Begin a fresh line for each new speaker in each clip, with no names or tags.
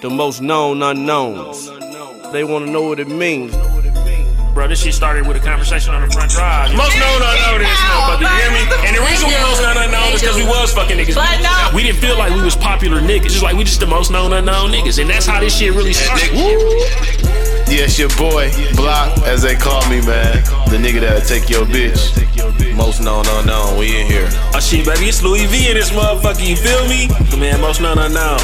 the most known unknowns. They wanna know what it means.
Bro, this shit started with a conversation on the front drive. Most known unknown is this motherfucker, you hear me? And the reason we most known unknown is because we was fucking niggas.
But no.
We didn't feel like we was popular niggas, just like we just the most known unknown niggas. And that's how this shit really started.
Yes, your boy, Block, as they call me, man. The nigga that'll take your bitch. Most known unknown, we in here.
Oh shit, baby, it's Louis V in this motherfucker, you feel me? Man, most known unknown.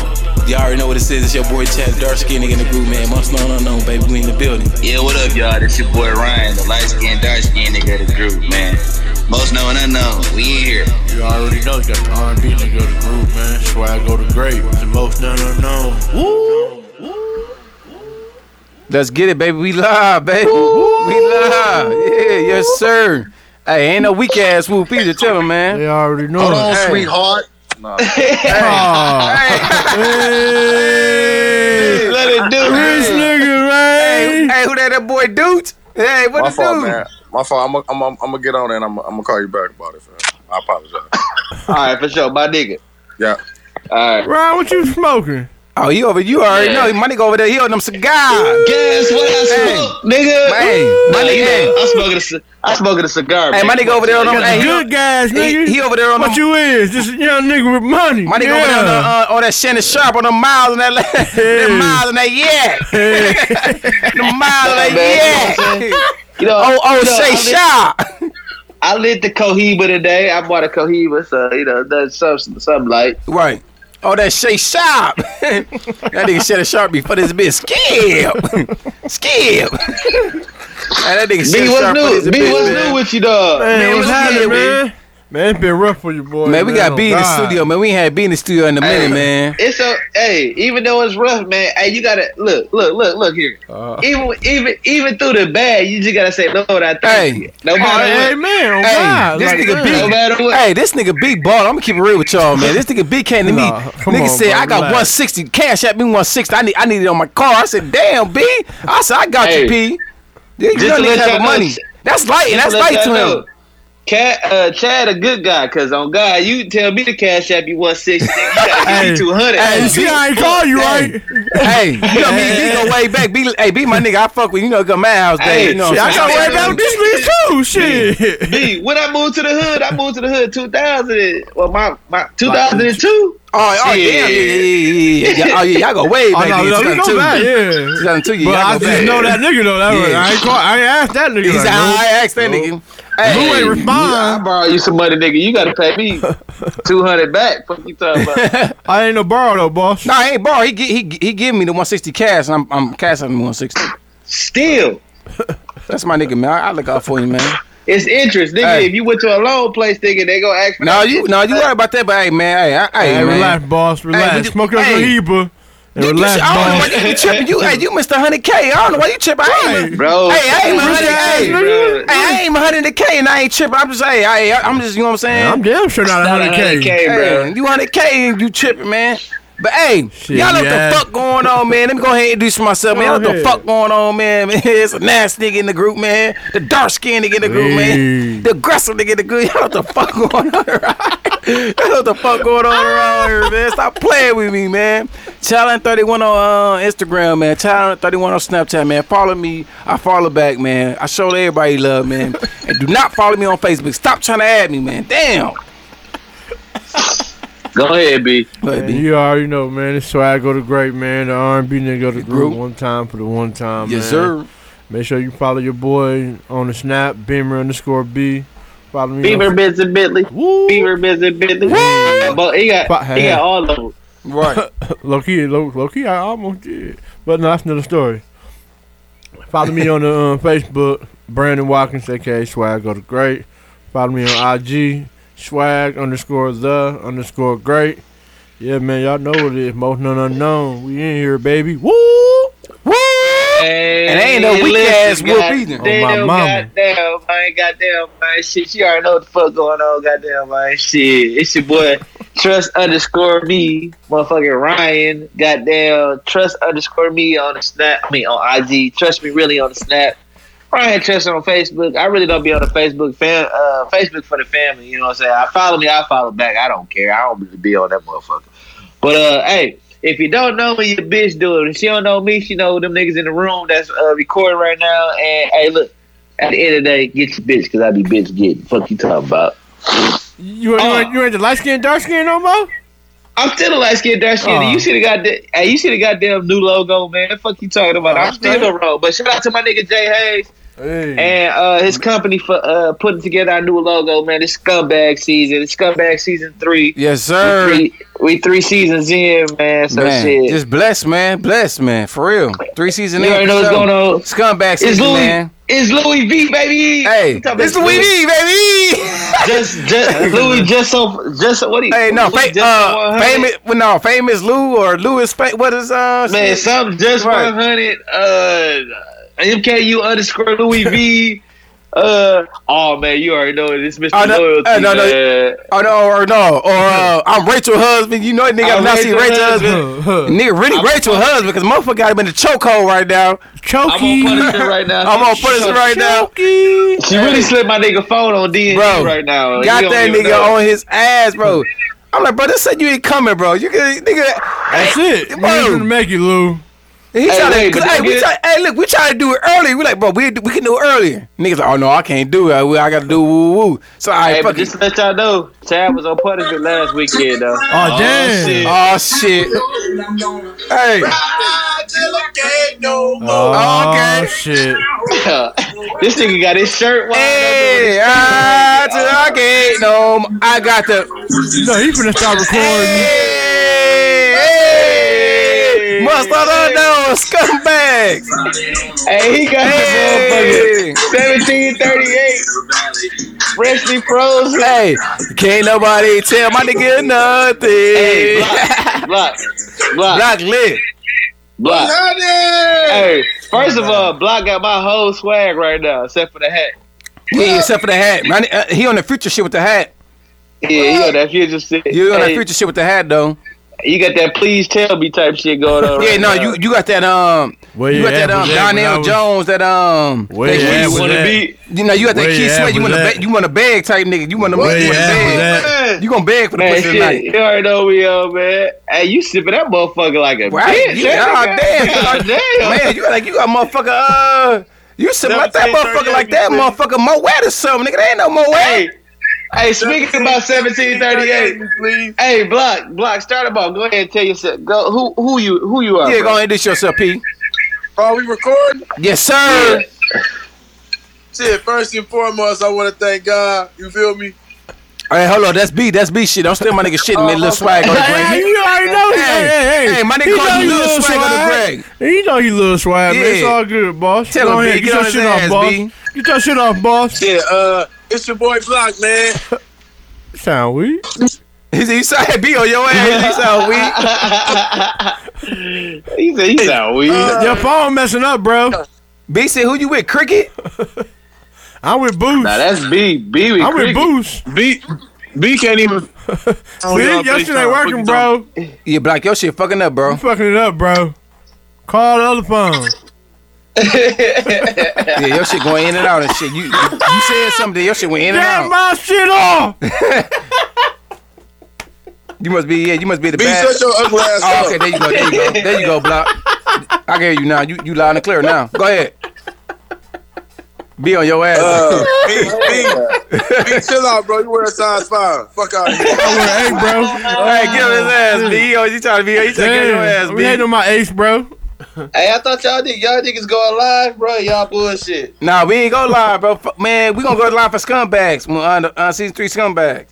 Y'all already know what it is. It's your boy Chad, dark skin nigga in the group, man. Most known unknown, baby. We in the building.
Yeah, what up, y'all? This your boy Ryan, the light skinned, dark skinned nigga of the group, man. Most known unknown, we in here.
You already know, got the R&B to go to group, man. That's why I go to great. The most known unknown.
Let's get it, baby. We live, baby. We live. Yeah, yes, sir. Hey, ain't no weak ass whoop either. Tell him, man.
They already know.
Hold on,
Hey.
sweetheart.
Hey,
Let it do
this nigga, right?
Hey, who that, that boy Dude? Hey, what
My
the
fault,
dude?
man. My fault. I'm gonna I'm, I'm get on there and I'm gonna call you back about it, fam. I apologize.
All right, for sure, my nigga.
Yeah.
All right.
Ryan, what you smoking?
Oh, you over? You already
Yeah.
know. My nigga over there, he on them cigars.
Guess what I smoked, nigga?
Hey, my
Nah, you know,
nigga.
I smoked a, ci- I smoked a cigar.
Hey, my
man.
nigga over there on them.
Nigga,
Hey,
Good
he,
guys,
he,
nigga.
he over there on them.
what you is? This is young nigga with money.
My nigga over there on, the, uh, on that Shannon Sharp on them miles and that,
Hey.
that miles and that yeah, the miles and that yeah.
You know,
Oh, oh,
you know, I
say Sharp.
lit- I lit the Cohiba today. I bought a Cohiba, so you know, that's something, something like.
Right. Oh, that Shay Sharp. that nigga Shannon Sharp be funny as a bitch. Skip. Skip. Man, that nigga
B,
Shannon
what's
Sharp funny as
new?
a
B,
bitch,
what's
man.
new with you, dog?
Man, what's
what's
happening,
good,
man? Man, it's been rough for you, boy.
Man, we got
oh
B in the
God.
studio, man. We ain't had B in the studio in a minute,
Hey.
man.
It's a hey, even though it's rough, man. Hey, you gotta look, look, look, look here.
Uh.
even, even, even through the bad, you just gotta say, Lord, I thank
Hey.
you. No
Oh,
matter
hey,
what,
man. Oh,
Hey,
God.
this
Like,
nigga
damn.
big.
no matter what.
Hey, this nigga B ball. I'm gonna keep it real with y'all, man. This nigga B came to me.
Nah, come
nigga
on,
said,
bro,
I got
relax.
160. Cash at me 160. I need I need it on my car. I said, damn, B. I said, I got
Hey.
you, P. You
to
don't even
let
have
y'all
the
know-
money. That's light, and that's
Let
light
y'all
to
know,
him.
Cat, uh, Chad, a good guy, cause on God, you tell me to cash app you one sixty, you gotta
Hey.
give me two hundred.
Hey,
You see, I ain't call you, right?
hey, you know me and B go way back. B, hey, B, my nigga, I fuck with you. know, go mad house day.
Hey,
you know,
shit,
I
what I'm
Hey.
got
saying?
to worry about this bitch, too. Shit.
B, when I moved to the hood, I moved to the hood two thousand. Well, my my two thousand and two.
Oh, oh, damn, yeah, yeah, yeah, yeah, yeah. Oh, yeah, y'all go way
Oh,
back.
no,
in
no, we go
2002.
back, yeah.
2002, yeah,
But
y'all
I
go
just
back.
know that nigga, though. That was,
Yeah.
I ain't call, I ain't asked that nigga.
He
like,
said,
no.
I asked that nigga.
Who
Hey,
ain't respond?
I borrow you some money, nigga. You gotta pay me two hundred back. Fuck you talking about?
I ain't no borrow, though, boss.
nah, hey, bro, he gi- he gi- he give me the 160 cash, and I'm I'm cashing him 160.
Still,
That's my nigga, man. I, I look out for you, man.
it's interest, nigga.
Hey.
If you went to a loan place, nigga, they gonna ask. for
No,
that
you
shit.
no, you right about that, but hey, man, hey, I, hey,
Hey,
man.
relax, boss. Relax.
we do-
Smoke up
hey.
your Heba. And
You, oh, you,
relax, boss.
I don't know why you be tripping. You, hey, you missed 100K. I don't know why you tripping. I ain't,
bro.
Hey, I ain't my
Rich
hundred.
ass
Hey,
nigga.
hey, I ain't my hundred and K, and I ain't tripping. I'm just hey, I, I'm just you know what I'm saying.
I'm damn sure not
Not
100K.
100K, bro.
hey, you hundred K and you tripping, man. But hey,
Shit,
y'all know
yeah.
what the fuck going on, man. Let me go ahead and introduce myself, man.
Go
Y'all know what the
ahead.
fuck going on, man. It's a nasty nigga in the group, man. The dark skinned nigga in the group,
Hey.
man. The aggressive nigga in the group. Y'all know what the fuck going on around Y'all know what the fuck going on around here, man. Stop playing with me, man. Challenge 31 on uh, Instagram, man. Challenge 31 on Snapchat, man. Follow me. I follow back, man. I show everybody love, man. and do not follow me on Facebook. Stop trying to add me, man. Damn.
Go ahead, B.
But
Man, you already know, man. This is why I go to great, man. The R&B nigga go to
group.
group one time for the one time,
Yes,
man.
sir.
Make sure you follow your boy on the snap, Beamer underscore B. Follow me.
Beaver
on,
Benson Bentley.
Woo.
Beaver Benson Bentley. But he got he got all of them.
Right.
Loki, Loki, I almost did, but no, that's another story. Follow me on the um, Facebook, Brandon Watkins, aka Swag Go to Great. Follow me on IG, Swag underscore the underscore Great. Yeah, man, y'all know what it is. Most none unknown. We in here, baby. Woo!
Woo!
And
And ain't no weak ass whoop either.
Oh, my mama.
Goddamn, man. Goddamn, man. Shit, you already know what the fuck going on. Goddamn, man. Shit, it's your boy Trust underscore me, motherfucking Ryan. Goddamn, Trust underscore me on the snap. I mean, on IG. Trust me, really on the snap. Ryan Trust on Facebook. I really don't be on the Facebook fam. Uh, Facebook for the family. You know what I'm saying? I follow me. I follow back. I don't care. I don't really be on that motherfucker. But uh, hey, If you don't know me, your bitch do it. If she don't know me, she know them niggas in the room that's uh, recording right now. And hey, look, at the end of the day, get your bitch because I be bitch getting. Fuck you talking about.
You, you, ain't, you ain't the light skin, dark skin no more?
I'm still a light skinned dark skin.
Aw.
You see the goddamn, hey, you see the goddamn new logo, man. Fuck you talking about. I'm still a roll. But shout out to my nigga Jay Hayes.
Hey.
and uh, his company for uh, putting together our new logo, man. It's Scumbag Season. It's Scumbag Season 3.
Yes,
We
sir.
three, we three seasons in, man. So
Man,
shit.
just blessed, man. Blessed, man. For real. Three season
You
in.
already know
for
what's
sure.
going on.
Scumbag
It's
season,
Louis.
man.
It's Louis V, baby.
Hey,
You talking
this is
about
Louis
Louis-
D, baby.
Just, just Louis, just so, just so, what do you?
Hey, no,
Louis
fa-
just
uh,
100.
famous, well, no, famous Lou or Louis. Fa- what is uh?
man.
shit?
Something just
Right.
one hundred. Uh, MKU underscore Louis V. Uh, oh man, you already know it. It's Mr.
Oh, no,
Loyalty,
uh, no, no.
man.
oh no, or no, or uh, I'm Rachel husband. You know, that nigga,
I'm
I've not seen
Rachel
Rachel husband. Nigga, really, Rachel husband, because motherfucker got him in the chokehold right now.
I'm on punishment right now.
I'm on punishment right now.
She really slipped my nigga phone on D
Bro,
right now.
Got
You don't
that
even
nigga
know.
on his ass, bro. I'm like, bro, this said you ain't coming, bro. You can, nigga.
That's it. We ain't gonna make it, Lou. Oh,
And he
Hey,
tried
wait,
to,
but
cause, hey,
you
we
get-
try, hey, look, we tried to do it earlier. We like, bro, we, we can do it earlier. Niggas like, oh no, I can't do it. I, I got to do woo woo. So I
Hey, but
fucking.
just to let y'all know, Chad was on punishment last weekend though.
Oh, damn.
Oh shit. Hey,
Oh,
Okay.
shit.
this nigga got his shirt wide
hey, I, I can't no. more. I got the.
No, he finna start recording.
Hey, hey, must have known scumbags.
open. Hey, he got
Hey.
the motherfucker. Seventeen thirty eight. Freshly frozen.
Hey, can't nobody tell my nigga nothing.
Hey, block, block, block,
Block lit.
block. Hey, first of all, block got my whole swag right now, except for the hat.
Yeah, except for the hat. Man, uh, he on the future shit with the hat.
Yeah, you know that future shit.
You on that
Hey,
future shit with the hat though.
You got that please tell me type shit going on.
Yeah,
right
no,
now.
you you got that um
Where
you
you
got
at
that um
with that when I
Donnell
was-
Jones that um
Where
that
you
Keith
at with
Sweat-
wanna
that?
be
you know you got that
Where
key
you at
sweat you
with
want a
that?
ba- you want a bag type nigga you want to
Where
you
you
want a
at with
bag
that?
Man,
you gonna beg for the
man
pussy
shit,
tonight
you already know we are, man. Hey, you sipping that motherfucker like a
right
bitch.
yeah
that nigga.
damn
God damn.
man you like you got motherfucker uh you should let that
17,
motherfucker like that
38,
motherfucker Mo Wet or something nigga there ain't no Mo
Hey,
Wet
hey, speaking about seventeen thirty eight. Hey, block, block, start the ball. Go ahead and tell yourself. Go who who you who you are.
yeah
bro.
go ahead introduce yourself P
Are we recording?
yes sir
Shit, first and foremost, I want to thank God. You feel me?
Hey, hold on, that's B, that's B shit. Don't steal my nigga shit and make little swag on the
Hey,
grave.
you already know he-
Hey,
Hey, hey,
hey, my nigga
He
call
know
you
he
Lil
little
Swag on the Greg.
He know he little swag, man. It's
Yeah.
all good, boss.
Tell
Go
him,
ahead,
B,
get
get
your
on
shit
his
off,
ass,
boss.
B.
Get your shit off, boss.
Yeah, uh, it's your boy Block, man.
Sound weak.
He said, "You said B on your ass. You sound weak."
he said he sound weird.
Uh,
Your phone messing up, bro.
B said, "Who you with? Cricket?"
I'm with Boost.
now that's B. B with
I'm with
cricket.
Boost.
B, B can't even.
See, your shit ain't working, bro.
Yeah, black your shit fucking up, bro.
Fucking it up, bro. Call the other phone.
Yeah, your shit going in and out and shit. You you, you said something. Your shit went in and
Get
out.
my shit off.
You must be yeah. You must be the
B,
bad.
shut your ugly ass
Oh,
up.
okay, there you go. There you go. There you go, block. I can hear you now. You you loud and clear now. Go ahead. Be on your ass.
Uh, B, B, B, chill out, bro. You wear a size five. Fuck out of here.
hey, bro.
hey, get on his ass, B. Oh, you trying to be? You trying to get on your ass,
Damn. We hating
B?
on my ace, bro.
Hey, I thought y'all did y'all niggas going live, bro. Y'all bullshit.
Nah, we ain't go live, bro. Fuck, man, we gonna go live for scumbags. On, on season three, scumbags.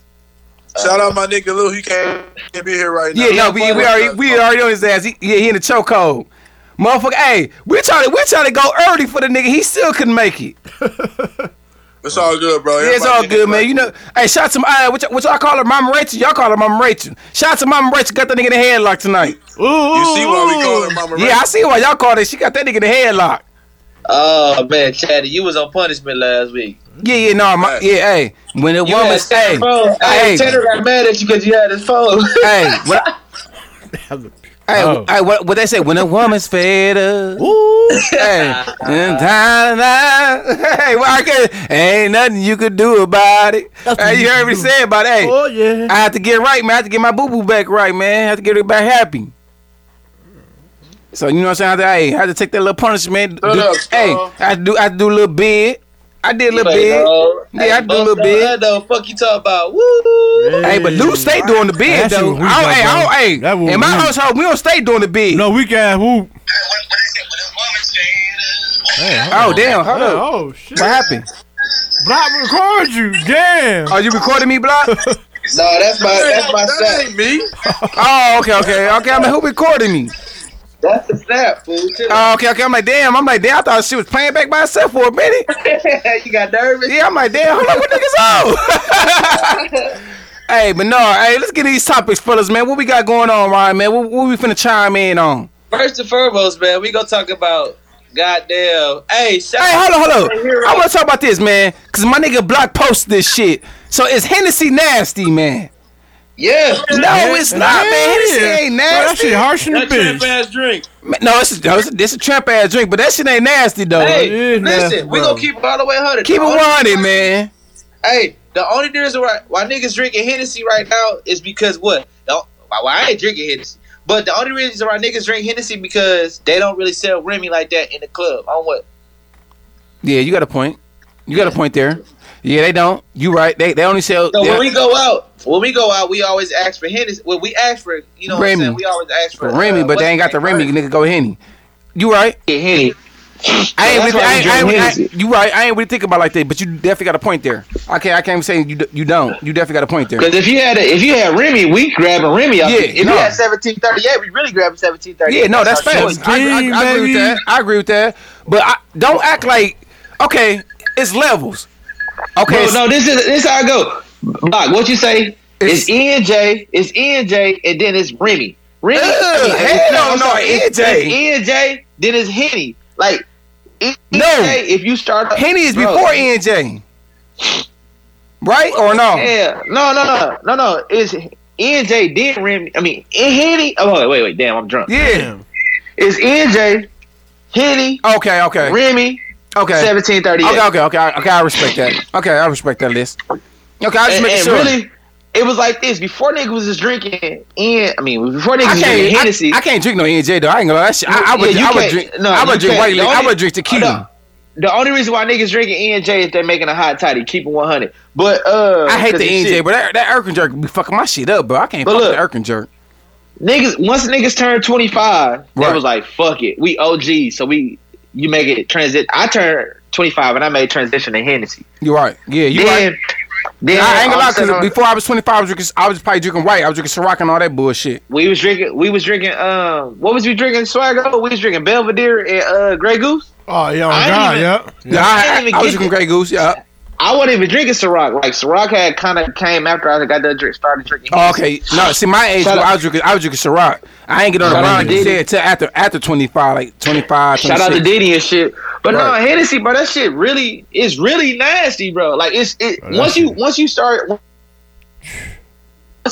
Shout out my nigga Lou. He can't, can't be here right now.
Yeah, no, we, we already we already on his ass. He, yeah, he in the chokehold. Motherfucker, hey, we trying to we trying to go early for the nigga. He still couldn't make it.
It's all good, bro.
Yeah, it's
Everybody
all
in
good,
here,
man. You know, hey, shout out to my uh, what, y- what y'all call her, Mama Rachel. Y'all call her Mama Rachel. Shout out to Mama Rachel. Got that nigga in the headlock tonight.
Ooh, ooh,
You see why we call her Mama Ray?
Yeah, I see why y'all called it. She got that nigga in the headlock.
Oh man, Chaddy, you was on punishment last week.
Yeah, yeah, no, my, yeah, hey. When a
You
woman,
had
hey,
Tanner phone. Hey,
hey,
Tanner got mad at you because you had his phone.
hey, what? Hey,
Oh.
hey, what, what they say? When a woman's fed up.
Ooh.
hey, and da, da, da. hey, well, I can't, ain't nothing you could do about it. Hey, you heard me say about it. Hey,
Oh yeah.
I have to get right, man. I have to get my boo boo back right, man. I have to get it back happy. So you know what I'm saying? I, had to- I had to take that little punishment.
Shut
Do-
up,
hey,
Skull.
I had to do I had to do a little bid. I did a little
uh,
bid.
oh,
Yeah, I do a little bit.
Though, fuck you talk about. Woo.
Hey, but Duke stay doing the bid
That's
though.
what we
I don't,
got,
hey, I
bro.
don't, hey,
That's what
in my
we-
household, we don't stay doing the bid.
No, weak ass whoop.
Oh damn, hold up.
Oh, shit.
What happened?
Block record you. Damn.
Are you recording me, Block?
No, that's my that's my
That
snap.
ain't me.
oh, okay, okay, okay. I'm like, who recording me?
That's the snap, fool. Chill
Oh, okay, okay. I'm like, damn. I'm like, damn. I thought she was playing back by herself for a minute.
out. you got nervous.
Yeah, I'm like, damn, hold up, what niggas on? hey, but no, hey, let's get these topics, fellas, man. What we got going on, Ryan, man? What, what we finna chime in on?
First and foremost, man, we gonna talk about goddamn. Hey, shout
Hey, hold on, hold
out to
on.
Hero.
I wanna talk about this, man, because my nigga Block posted this shit. So it's Hennessy nasty, man.
Yeah,
No, it's not, man. Hennessy ain't
Bro, that
nasty.
shit harsh in the
That trap
bitch.
ass drink.
Man, no, it's, no, it's, it's a trap ass drink, but that shit ain't nasty, though.
Hey,
It is nasty,
listen, we
bro.
gonna keep it all the way hundred.
Keep it
The only-
100, man.
Hey, the only reason why, why niggas drinking Hennessy right now is because what? The, why why I ain't drinking Hennessy. But the only reason why niggas drink Hennessy because they don't really sell Remy like that in the club. On what?
Yeah, you got a point. You got a point there. Yeah, they don't. You right. They they only sell.
So
yeah.
when we go out, when we go out, we always ask for Hennessy. When we ask for, you know, what I'm
Remy.
saying? we always ask for, uh,
for Remy, but they ain't got the Remy. Nigga, go Henny. You right.
Henny.
I ain't
that's
really,
why
I, ain't-
we
I,
drink
ain't- I,
Hennessy.
ain't- you right. I ain't really think about it like that, but you definitely got a point there. I can't. I can't even say you d- you don't. You definitely got a point there.
Because if you had a, if you had Remy, we grabbing Remy. Out
Yeah,
yeah, if
no.
you had seventeen thirty, yeah, we really grabbing seventeen thirty.
Yeah, no, that's facts. I, I, I agree with that. I agree with that. But I, don't act like okay. It's levels. Okay.
Bro,
it's-
no, this is this how I go. Block, what you say? It's, ENJ, it's ENJ, and then it's Remy. Remy,
Ugh,
it's-
hell
I'm
no, E
sorry, it's,
ENJ.
it's ENJ, then it's Henny. Like ENJ,
No.
if you start up,
Henny is
bro,
before E NJ. Right or no?
Yeah, no, no, no, no, no. It's ENJ, then Remy. I mean, Henny. Oh wait, wait, damn, I'm drunk.
Yeah.
It's ENJ, Henny,
Okay. Okay.
Remy,
Okay.
seventeen thirty.
Okay. Okay. Okay. Okay. I respect that. Okay. I respect that list. Okay. I just
and,
make
and
sure.
really, it was like this before niggas was just drinking. And I mean, before niggas
I
was drinking
can't,
Hennessy.
I, I can't drink no NJ though. I ain't gonna lie. That shit, I, I would,
Yeah, you
I would
can't-
drink.
no,
I would
you
drink
can't.
white.
The
liquor. I
only-
would drink tequila.
the only reason why niggas drinking ENJ is they making a hot toddy, keeping one hundred. But uh,
I hate the
'cause
NJ,
shit.
but that, that Erkin jerk be fucking my shit up, bro. I can't
But
fuck
look.
the Erkin jerk.
niggas once niggas turned twenty five,
Right.
they was like, fuck it, we OG, so we you make it transit. I turned twenty five and I made transition to Hennessy.
You're right. Yeah, you're
Then,
right.
then
I ain't gonna
all
lie,
of a sudden
because
on-
before I was 25, I was, drinking, I was probably drinking white. I was drinking Ciroc and all that bullshit.
we was drinking, we was drinking. Um, what was we drinking? Swaggo. We was drinking Belvedere and uh, Grey Goose.
Oh, yeah,
I
on
ain't
God,
even-
yeah.
Yeah,
I
I,
didn't even
I was
get
drinking
that.
Grey Goose. Yeah.
I wasn't even drinking Ciroc. Like Ciroc had kind of came after I got that drink, started drinking.
Oh, okay. No, see, my age,
Shout
I
out-
was drinking. I was drinking Ciroc. I ain't get on the
Shout out
round
to Diddy.
until after after 25, like 25.
Shout out to
26.
Diddy and shit. But
Right.
no, Hennessy, bro, that shit really is really nasty, bro. Like it's it
Oh, that
once you
shit.
once you start once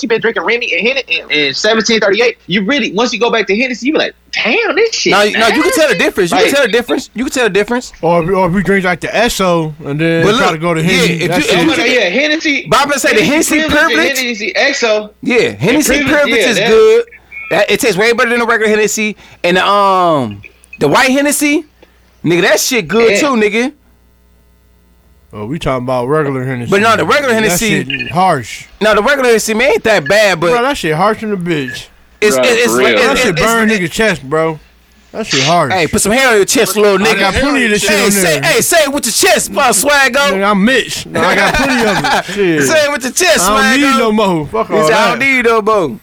you been drinking Remy and Hennessy and, and seventeen thirty eight, you really once you go back to Hennessy, you be like, damn, this shit.
No, no, you can tell the difference. You can
Like-
tell the difference. You can tell the difference.
Or if, or if we drink like the Esso and then
But
try
look,
to go to Henny.
yeah, if
that
you- if
shit-
you-
Oh, no, yeah, Hennessy.
But I'm gonna say the Hennessy privilege-
Hennessy XO.
Yeah, Hennessy
Privilege,
privilege
yeah,
is
that-
good. That, it tastes way better than the regular Hennessy. And the, um, the white Hennessy, nigga, that shit good
Yeah.
too, nigga.
oh, we talking about regular Hennessy.
But no, the regular
That
Hennessy-
shit harsh.
No, the regular Hennessy man ain't that bad, but
Bro, that shit harsh in the bitch.
it's
Right,
it's, it's,
for real.
it's,
That shit
it's,
burn
it's-
nigga chest, bro. That shit harsh.
Hey, put some hair on your chest, little
I
nigga.
got plenty of this shit
hey,
on
say,
there.
hey, say it with your chest, my swaggo.
Nigga, I'm Mitch. Nah, I got plenty of it. Shit.
Say it with your chest,
I don't need no
swaggo.
more. Fuck
He
all
said, I don't
that.
need no boo.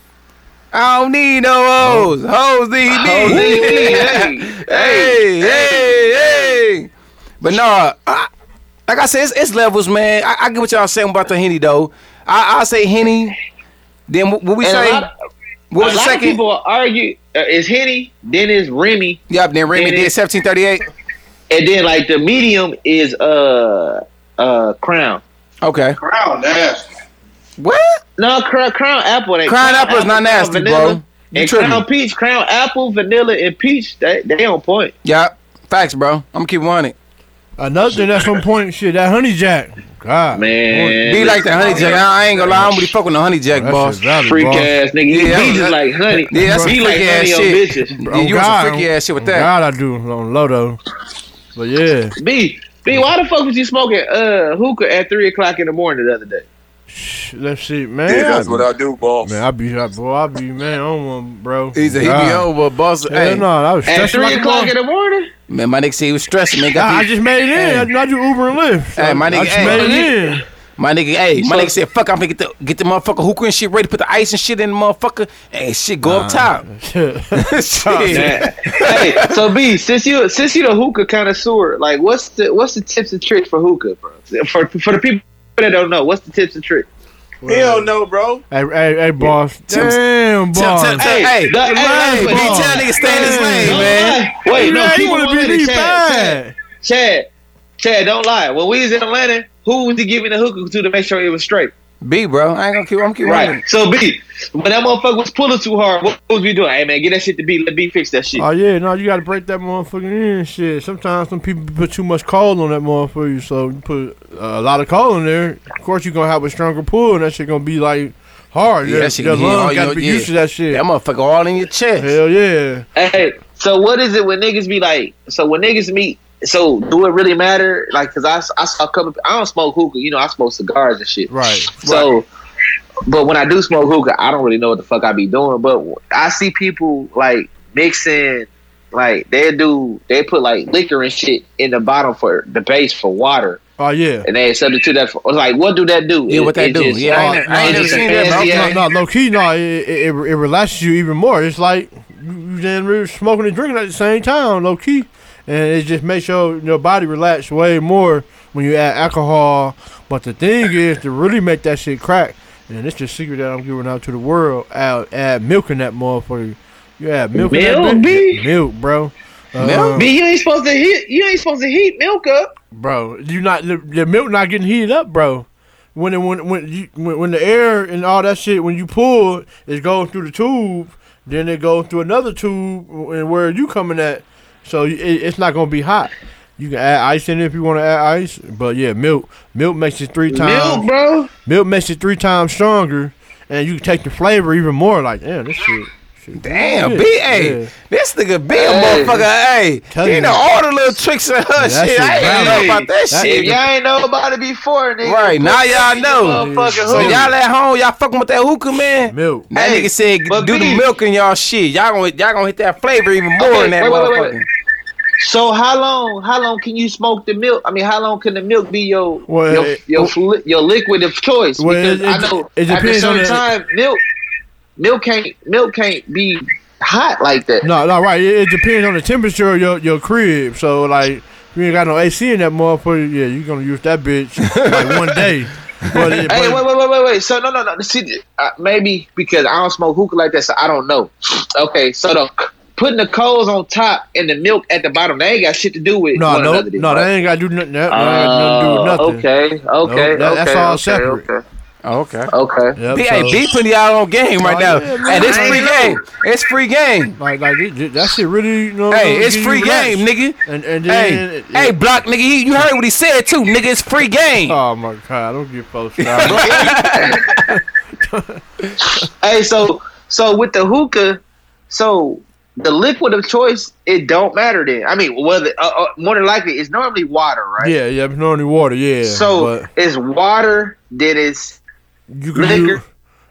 I don't need no hoes.
Oh.
Hoes need me.
Hoes need me,
hey,
hey,
hey, hey. But no, I, like I said, it's, it's levels, man. I, I get what y'all saying about the Henny, though. I, I say Henny. Then what, what we
And a
say?
lot of-
what
a
was the
lot of
second?
people argue uh, it's Henny, then it's Remy,
Yup, then Remy
And
did
it-
1738.
and then like the medium is uh uh Crown.
Okay.
Crown nasty.
What?
No, crown, crown apple. They
Crown apple is not nasty,
vanilla,
bro. You
And
tripping.
crown peach, crown apple, vanilla, and peach. They, they on point.
Yup. Facts, bro. I'm going to keep on it.
Another thing at some point, shit, that honey jack. God.
Man.
Be like the honey jack. I ain't gonna lie, I'm really fuck with the honey jack,
That
boss.
shit valid,
Freak
boss.
ass nigga. He,
Yeah,
he
I'm-
just like honey.
Yeah, that's
he
some
like
freaky ass
honey on
shit.
bitches.
Yeah, you on some freaky
on-
ass shit with
on
that.
Oh, God, I do on Lodo. But yeah,
B, B, why the fuck was you smoking uh hookah at three o'clock in the morning the other day?
shh, that shit, man.
Yeah, that's what I do, boss.
man, I be that boy. I be man on one, bro. Oh,
He's a he be
God.
over, boss.
Hell
Hey,
no, I was
At
stressing
three
like a
o'clock
mother-
in the morning?
man, my nigga said he was stressing, man. Got
I, I
the-
just made it in.
Hey.
I, I do Uber and Lyft.
Hey, my
I,
nigga,
I just
hey.
made it in.
My nigga, hey, my nigga said, fuck, I'm gonna get the get the motherfucker hookah and shit ready, put the ice and shit in the motherfucker, and shit go up top. shit.
hey, so B, since you since you the hookah connoisseur, like what's the what's the tips and tricks for hookah, bro? For for the people that don't know, what's the tips and tricks?
Hell no, bro.
Hey, hey, hey, boss.
Tell-
Damn,
Tell,
boss.
tell, hey, hey,
the-
hey,
hey,
hey,
hey,
B,
boss.
tell nigga stay in his lane,
Don't
man.
lie. Wait, no,
Man,
keep
you
want to
be me
Chad,
bad.
Chad, Chad, don't lie. When we was in Atlanta, who was he giving the hookah to to make sure it was straight?
B, bro, I ain't gonna keep, I'm gonna keep
Right.
running.
So B, when that motherfucker was pulling too hard, what was we doing? Hey man, get that shit to B. Let B fix that shit.
Oh yeah, no, you gotta break that motherfucking in and shit. Sometimes some people put too much coal on that motherfucker, so you put uh, a lot of coal in there. Of course, you gonna have a stronger pull, and that shit gonna be like hard. Yeah,
Yeah,
your,
that shit
your
can hit
lungs
all
gotta
your-
be
yeah.
used to that shit.
That motherfucker all in your chest.
Hell yeah.
Hey, so what is it when niggas be like? So when niggas meet, so do it really matter? Like, cause I, I saw a couple. I don't smoke hookah. You know, I smoke cigars and shit.
Right.
So, but when I do smoke hookah, I don't really know what the fuck I be doing. But I see people like mixing, like they do, they put like liquor and shit in the bottom for the base for water,
Oh yeah.
and they substitute that for like what do that do?
Yeah, what that do? Yeah, I ain't never- I ain't never
it's just a
seen that, bro.
fancy ass-
No, no, low key, no. It, it, it it relaxes you even more. It's like you, you damn near smoking and drinking at the same time, low key, and it just makes your your body relax way more when you add alcohol. But the thing is to really make that shit crack, and it's the secret that I'm giving out to the world. Add, add milk in that motherfucker. You add milk, in that
Milk,
bitch?
B?
milk, bro. Uh,
Milk?
B, you ain't supposed to heat. You ain't supposed to heat milk up.
bro. You not the, the milk not getting heated up, bro. When it, when when you when, when the air and all that shit when you pull it goes through the tube, then it goes through another tube and where you coming at, so you- it, it's not gonna be hot. You can add ice in it if you want to add ice, but yeah, milk milk makes it three times
Milk, bro.
milk makes it three times stronger, and you can take the flavor even more. Like damn, this shit.
Damn,
Yeah,
B, hey,
yeah.
this nigga B a motherfucker,
Tell
hey. He
you.
know all the little tricks and her
That
shit.
shit
I ain't
valid.
know about that
That
shit.
If y'all ain't know about it before, nigga.
Right, now y'all
put
know.
your Motherfucking
So
hook.
y'all at home, y'all fucking with that hookah, man.
Milk.
That
Hey,
nigga said,
but
do
B-
the milk in y'all shit. Y'all gonna y'all gonna hit that flavor even more
Okay,
in that
wait, wait, wait,
motherfucker.
wait. So how long? How long can you smoke the milk? I mean, how long can the milk be your
Well,
your,
it-
your, fli- your liquid of choice?
Well,
because
it-
I
it-
know
it
at a
depends on
certain
the-
time, milk milk can't milk can't be hot like that.
No, no, right. It, it depends on the temperature of your, your crib. So like, if you ain't got no AC in that motherfucker, yeah, you gonna use that bitch like one day. But, it,
Hey,
but-
wait, wait, wait, wait, wait. So no, no, no. See, uh, maybe because I don't smoke hookah like that, so I don't know. Okay, so the putting the coals on top and the milk at the bottom, they ain't got shit to do with
no,
one
no,
another.
no,
right?
that ain't got to do nothing. That, that ain't got to do with
Oh,
nothing.
Oh, Okay, okay,
Nope, that- that's
okay,
all
okay,
separate.
Okay,
Oh,
Okay.
okay.
Yep,
B,
so-
hey, B putting y'all on game right
Oh,
now.
yeah, man.
and it's
I
free
ain't know.
game. It's free game.
like, like it- it- that shit really, you know.
Hey,
get
it's
you
free
relaxed.
game, nigga.
And and then,
Hey,
yeah.
hey, block nigga, he, you heard what he said too, nigga. It's free game.
Oh my god, don't get posted. Nah,
Hey, so so with the hookah, so the liquid of choice, it don't matter then. I mean, whether uh, uh, more than likely, it's normally water, right?
yeah, yeah, it's normally water. Yeah.
So it's water, then it's
but you can
liquor.
do-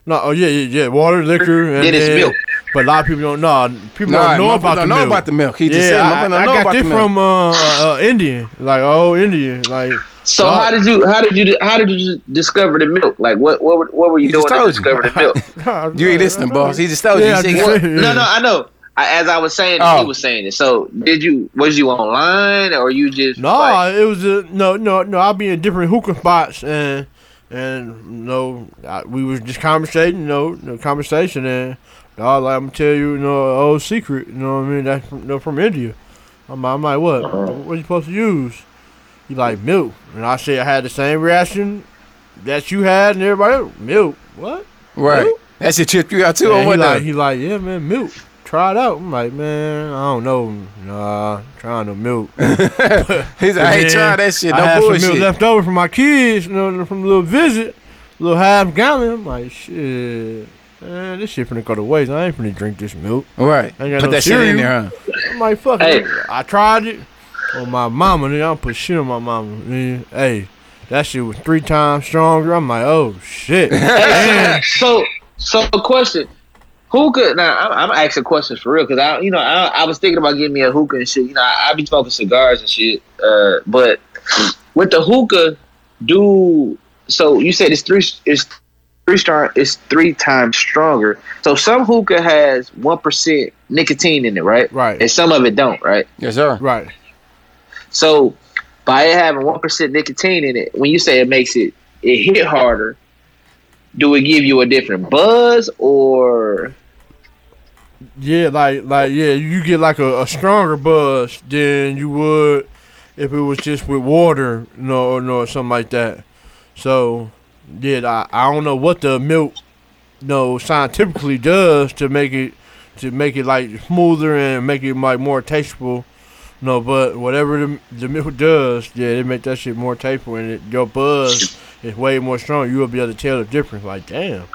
No, oh yeah, yeah, yeah. Water, liquor, and
Then it's milk.
But a lot of people don't know. People
Nah,
don't know
motherfucker
about the
don't know
milk.
about the milk. He just
yeah,
said,
I,
motherfucker
I
don't know
got
about the
this
milk.
from uh, uh, uh, Indian, like oh Indian, like
So
Oh.
how did you how did you how did you discover the milk? Like what what were- what were you
He
doing
just
to
told you.
discover the milk?
you ain't listening, boss. He just told
Yeah,
you.
I
He
just
said,
said-
No, no, I know. I, as I was saying, it, he
Oh.
was saying it. So did you was you online or you just
No,
like,
it was a no, no, no. I'll be in different hookah spots and and you know I, we was just conversating, you know, you know, conversation and dog, like I'm gonna tell you, you know, an old secret, you know what I mean? That's from, you know, from India. I'm, I'm like, what?
Uh-huh.
What you supposed to use? He like milk, and I said I had the same reaction that you had and everybody else. Milk, what?
right. That shit tripped you out too,
And
or
he
what?
like, he like, yeah, man, milk. try it out. I'm like, man, I don't know. Nah, I'm trying to milk.
He's like, I ain't
Yeah.
trying that shit.
I
No
had
bullshit.
some milk left over from my kids, you know, from a little visit, little half gallon. I'm like, shit, man, this shit finna go to waste. I ain't finna drink this milk.
Right.
I ain't got
Put
no
that shit
cereal.
in there, huh?
I'm like, fuck
Hey.
it. I tried it on my mama. Nigga. I don't put shit on my mama. Nigga. Hey, that shit was three times stronger. I'm like, oh shit. Damn.
So, so question: Who could? Now, I'm, I'm asking questions for real because I, you know, I, I was thinking about getting me a hookah and shit. You know, I, I be smoking cigars and shit. Uh, but with the hookah, do so? You said it's three. It's three strong. It's three times stronger. So some hookah has one percent nicotine in it, right?
Right.
And some of it don't, right?
Yes, sir.
right.
So by it having one percent nicotine in it, when you say it makes it it hit harder, do it give you a different buzz or
Yeah, like like yeah, you get like a, a stronger buzz than you would if it was just with water, you know, or, no, or something like that. So yeah, I, I don't know what the milk, you know, scientifically does to make it to make it like smoother and make it like more tasteful. No, but whatever the, the milk does, yeah, it make that shit more tasteful, and it, your buzz is way more strong. You will be able to tell the difference. Like, damn.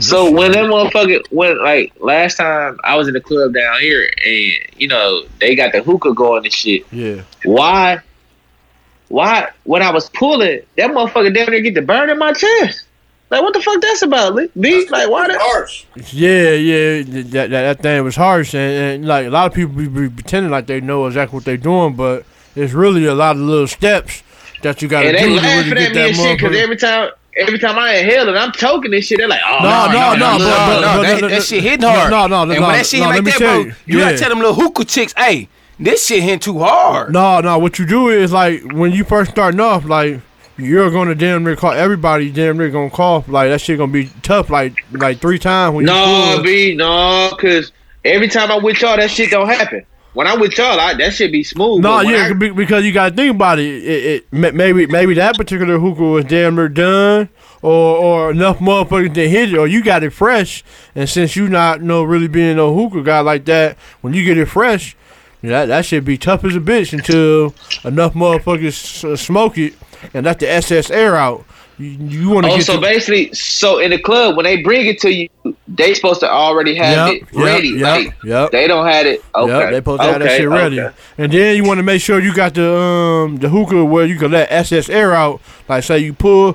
so when that motherfucker when like last time I was in the club down here and you know, they got the hookah going and shit.
Yeah.
Why why when I was pulling, that motherfucker down there get the burn in my chest. Like what the fuck that's about, Lee? B? Like why the
Harsh.
Yeah, yeah, th- that, that that thing was harsh, and, and like a lot of people be, be pretending like they know exactly what they're doing, but it's really a lot of little steps that you got to
And
do
they
to
laughing
really get
at me
that
and shit because
motherfucker.
every time, every time I inhale it, I'm choking this shit. They're like, oh,
No, no, no, but-
no, no,
but-
no, that,
but-
that shit hitting
no,
hard.
no, no, no,
And when
no,
that shit
no,
like
let me
that,
tell
bro,
you.
you
Yeah.
gotta tell them little hookah chicks, hey, this shit hitting too hard.
No, no, what you do is like when you first starting off, like you're gonna damn near cough. Everybody damn near gonna cough. Like that shit gonna be tough. Like like three times when you
no,
pull.
B, no, because every time I'm with y'all, that shit don't happen. When I'm with y'all, I, that shit be smooth.
No,
but when
yeah,
I-
be- because you gotta think about it. It, it ma- maybe maybe that particular hookah was damn near done, or or enough motherfuckers to hit it, or you got it fresh. And since you not no really being no hookah guy like that, when you get it fresh, that that should be tough as a bitch until enough motherfuckers s- smoke it and let the excess air out. You, you want to
oh,
get
so
the-
basically, so in the club when they bring it to you, they supposed to already have
Yep,
it ready.
yep,
like
yep.
they don't have it. Okay,
Yep, they supposed to have that
okay,
shit ready.
okay.
And then you want to make sure you got the um the hookah where you can let excess air out. Like say you pull,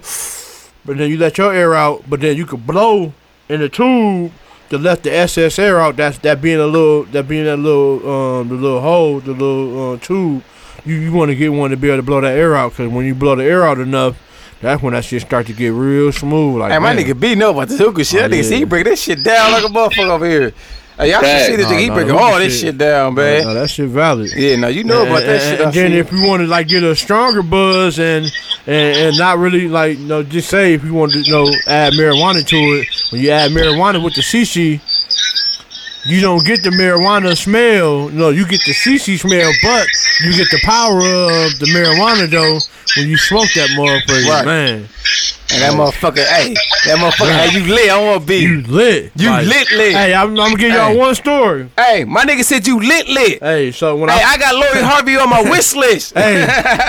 but then you let your air out, but then you can blow in the tube to let the excess air out. That's that being a little that being that little um the little hole the little uh, tube. You you want to get one to be able to blow that air out because when you blow the air out enough, that's when that shit start to get real smooth. Like
Hey, my
man.
nigga B know about this hookah shit. That
Oh,
nigga, see,
yeah.
he break this shit down like a motherfucker over here. Hey, y'all should
Facts.
see this
Nah,
nigga. He
nah,
breaking
the hookah
all this
shit-
shit down,
No,
man.
that shit valid.
Yeah, no, you know about that
And-
shit.
And,
I
and then
see.
if you want to like get a stronger buzz and and, and not really like you know just say if you want to you know add marijuana to it when you add marijuana with the CC, you don't get the marijuana smell. No, you get the CC smell, but you get the power of the marijuana though when you smoke that motherfucker.
Right.
Man,
And that motherfucker, hey, that motherfucker, hey, you lit. I want to be.
you
You,
lit. Like,
lit, lit. Hey.
Hey, I'm, I'm gonna give y'all
Hey.
one story.
my nigga said you lit, lit. Hey,
Hey, so when I
I got Lori Harvey on my wish list.
hey,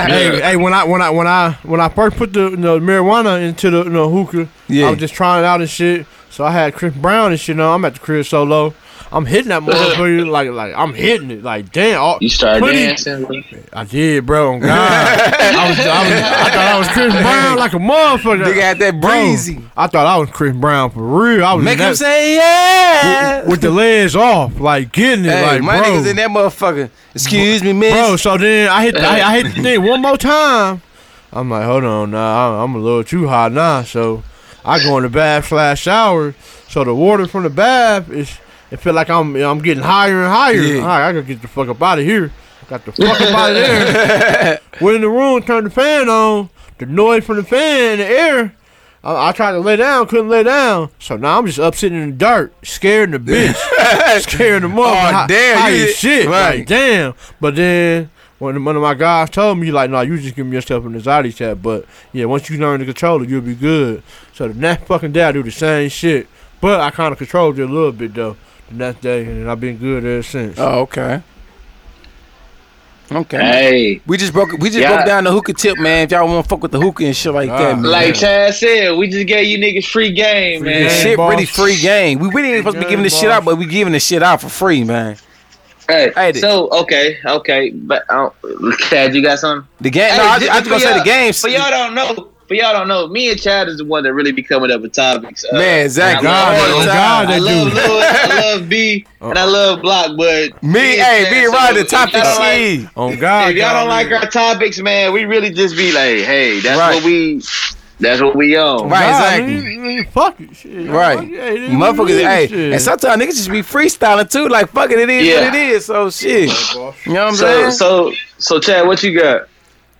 hey, hey, when I when I when I when I first put the you know, marijuana into the you know, hookah,
Yeah.
I was just trying it out and shit. So I had Chris Brown and shit. Now I'm at the crib solo. I'm hitting that motherfucker like like I'm hitting it like damn. All,
You start
plenty-
dancing.
I did, bro. on God, I, was, I, was, I thought I was Chris Brown like a motherfucker.
Nigga had that
Bro,
breezy.
I thought I was Chris Brown for real. I was
Make
in
him
that,
say yeah.
with the legs off, like getting it,
hey,
like
my
bro.
nigga's in that motherfucker. Excuse me, miss.
Bro, so then I hit I, I hit the thing one more time. I'm like, hold on, nah, I'm- I'm a little too hot now. So I go in the bath slash shower. So the water from the bath is it feel like I'm I'm getting higher and higher.
Yeah.
All right, I gotta get the fuck up out of here. Got the fuck up out of there. Went in the room, turned the fan on. The noise from the fan, the air. I, I tried to lay down, couldn't lay down. So now I'm just up sitting in the dirt, scared in the bitch, scared in the mother. high-
Oh, damn,
high
you-
as shit.
right.
Like, damn. But then when one of my guys told me, like, no, you just give me yourself an anxiety attack. But yeah, once you learn to control it, you'll be good. So the next fucking day, I do the same shit. But I kind of controlled it a little bit, though. And that's day, and I've been good ever since.
Oh, okay. Okay.
Hey,
We just broke we just
Yeah.
broke down the hookah tip, man. If y'all want to fuck with the hookah and shit like that,
Ah.
man.
like Chad said, we just gave you niggas free game,
Free
man.
game.
shit,
boss.
really free game. We really ain't supposed to be
game,
giving this shit
boss.
out, but we giving this shit out for free, man.
Hey,
Hey,
so okay, okay, but uh, Chad, you got something?
The game. no,
Hey,
I, ju-
just
I just gonna
for
say the
y'all-
game.
But y'all don't know. But y'all don't know. Me and Chad is the one that really be coming up with topics. Uh,
man, exactly.
I
God,
love-
All the
oh
time.
God,
I
they
love
do.
Lewis, I love B, and I love Block, but
me, hey, me and Rod, the
topics.
topic shit.
On God,
If y'all
God,
don't like our topics, man, we really just be like, hey, that's
Right.
what we, that's what we on.
Right,
God,
exactly.
man, you- you Fuck it, shit.
Right.
Fuck it, hey, they
Motherfuckers,
really
hey,
shit.
and sometimes niggas just be freestyling too. Like, fuck it, it is
Yeah.
what it is. So shit, you know what I'm
So,
saying?
so, so, Chad, what you got?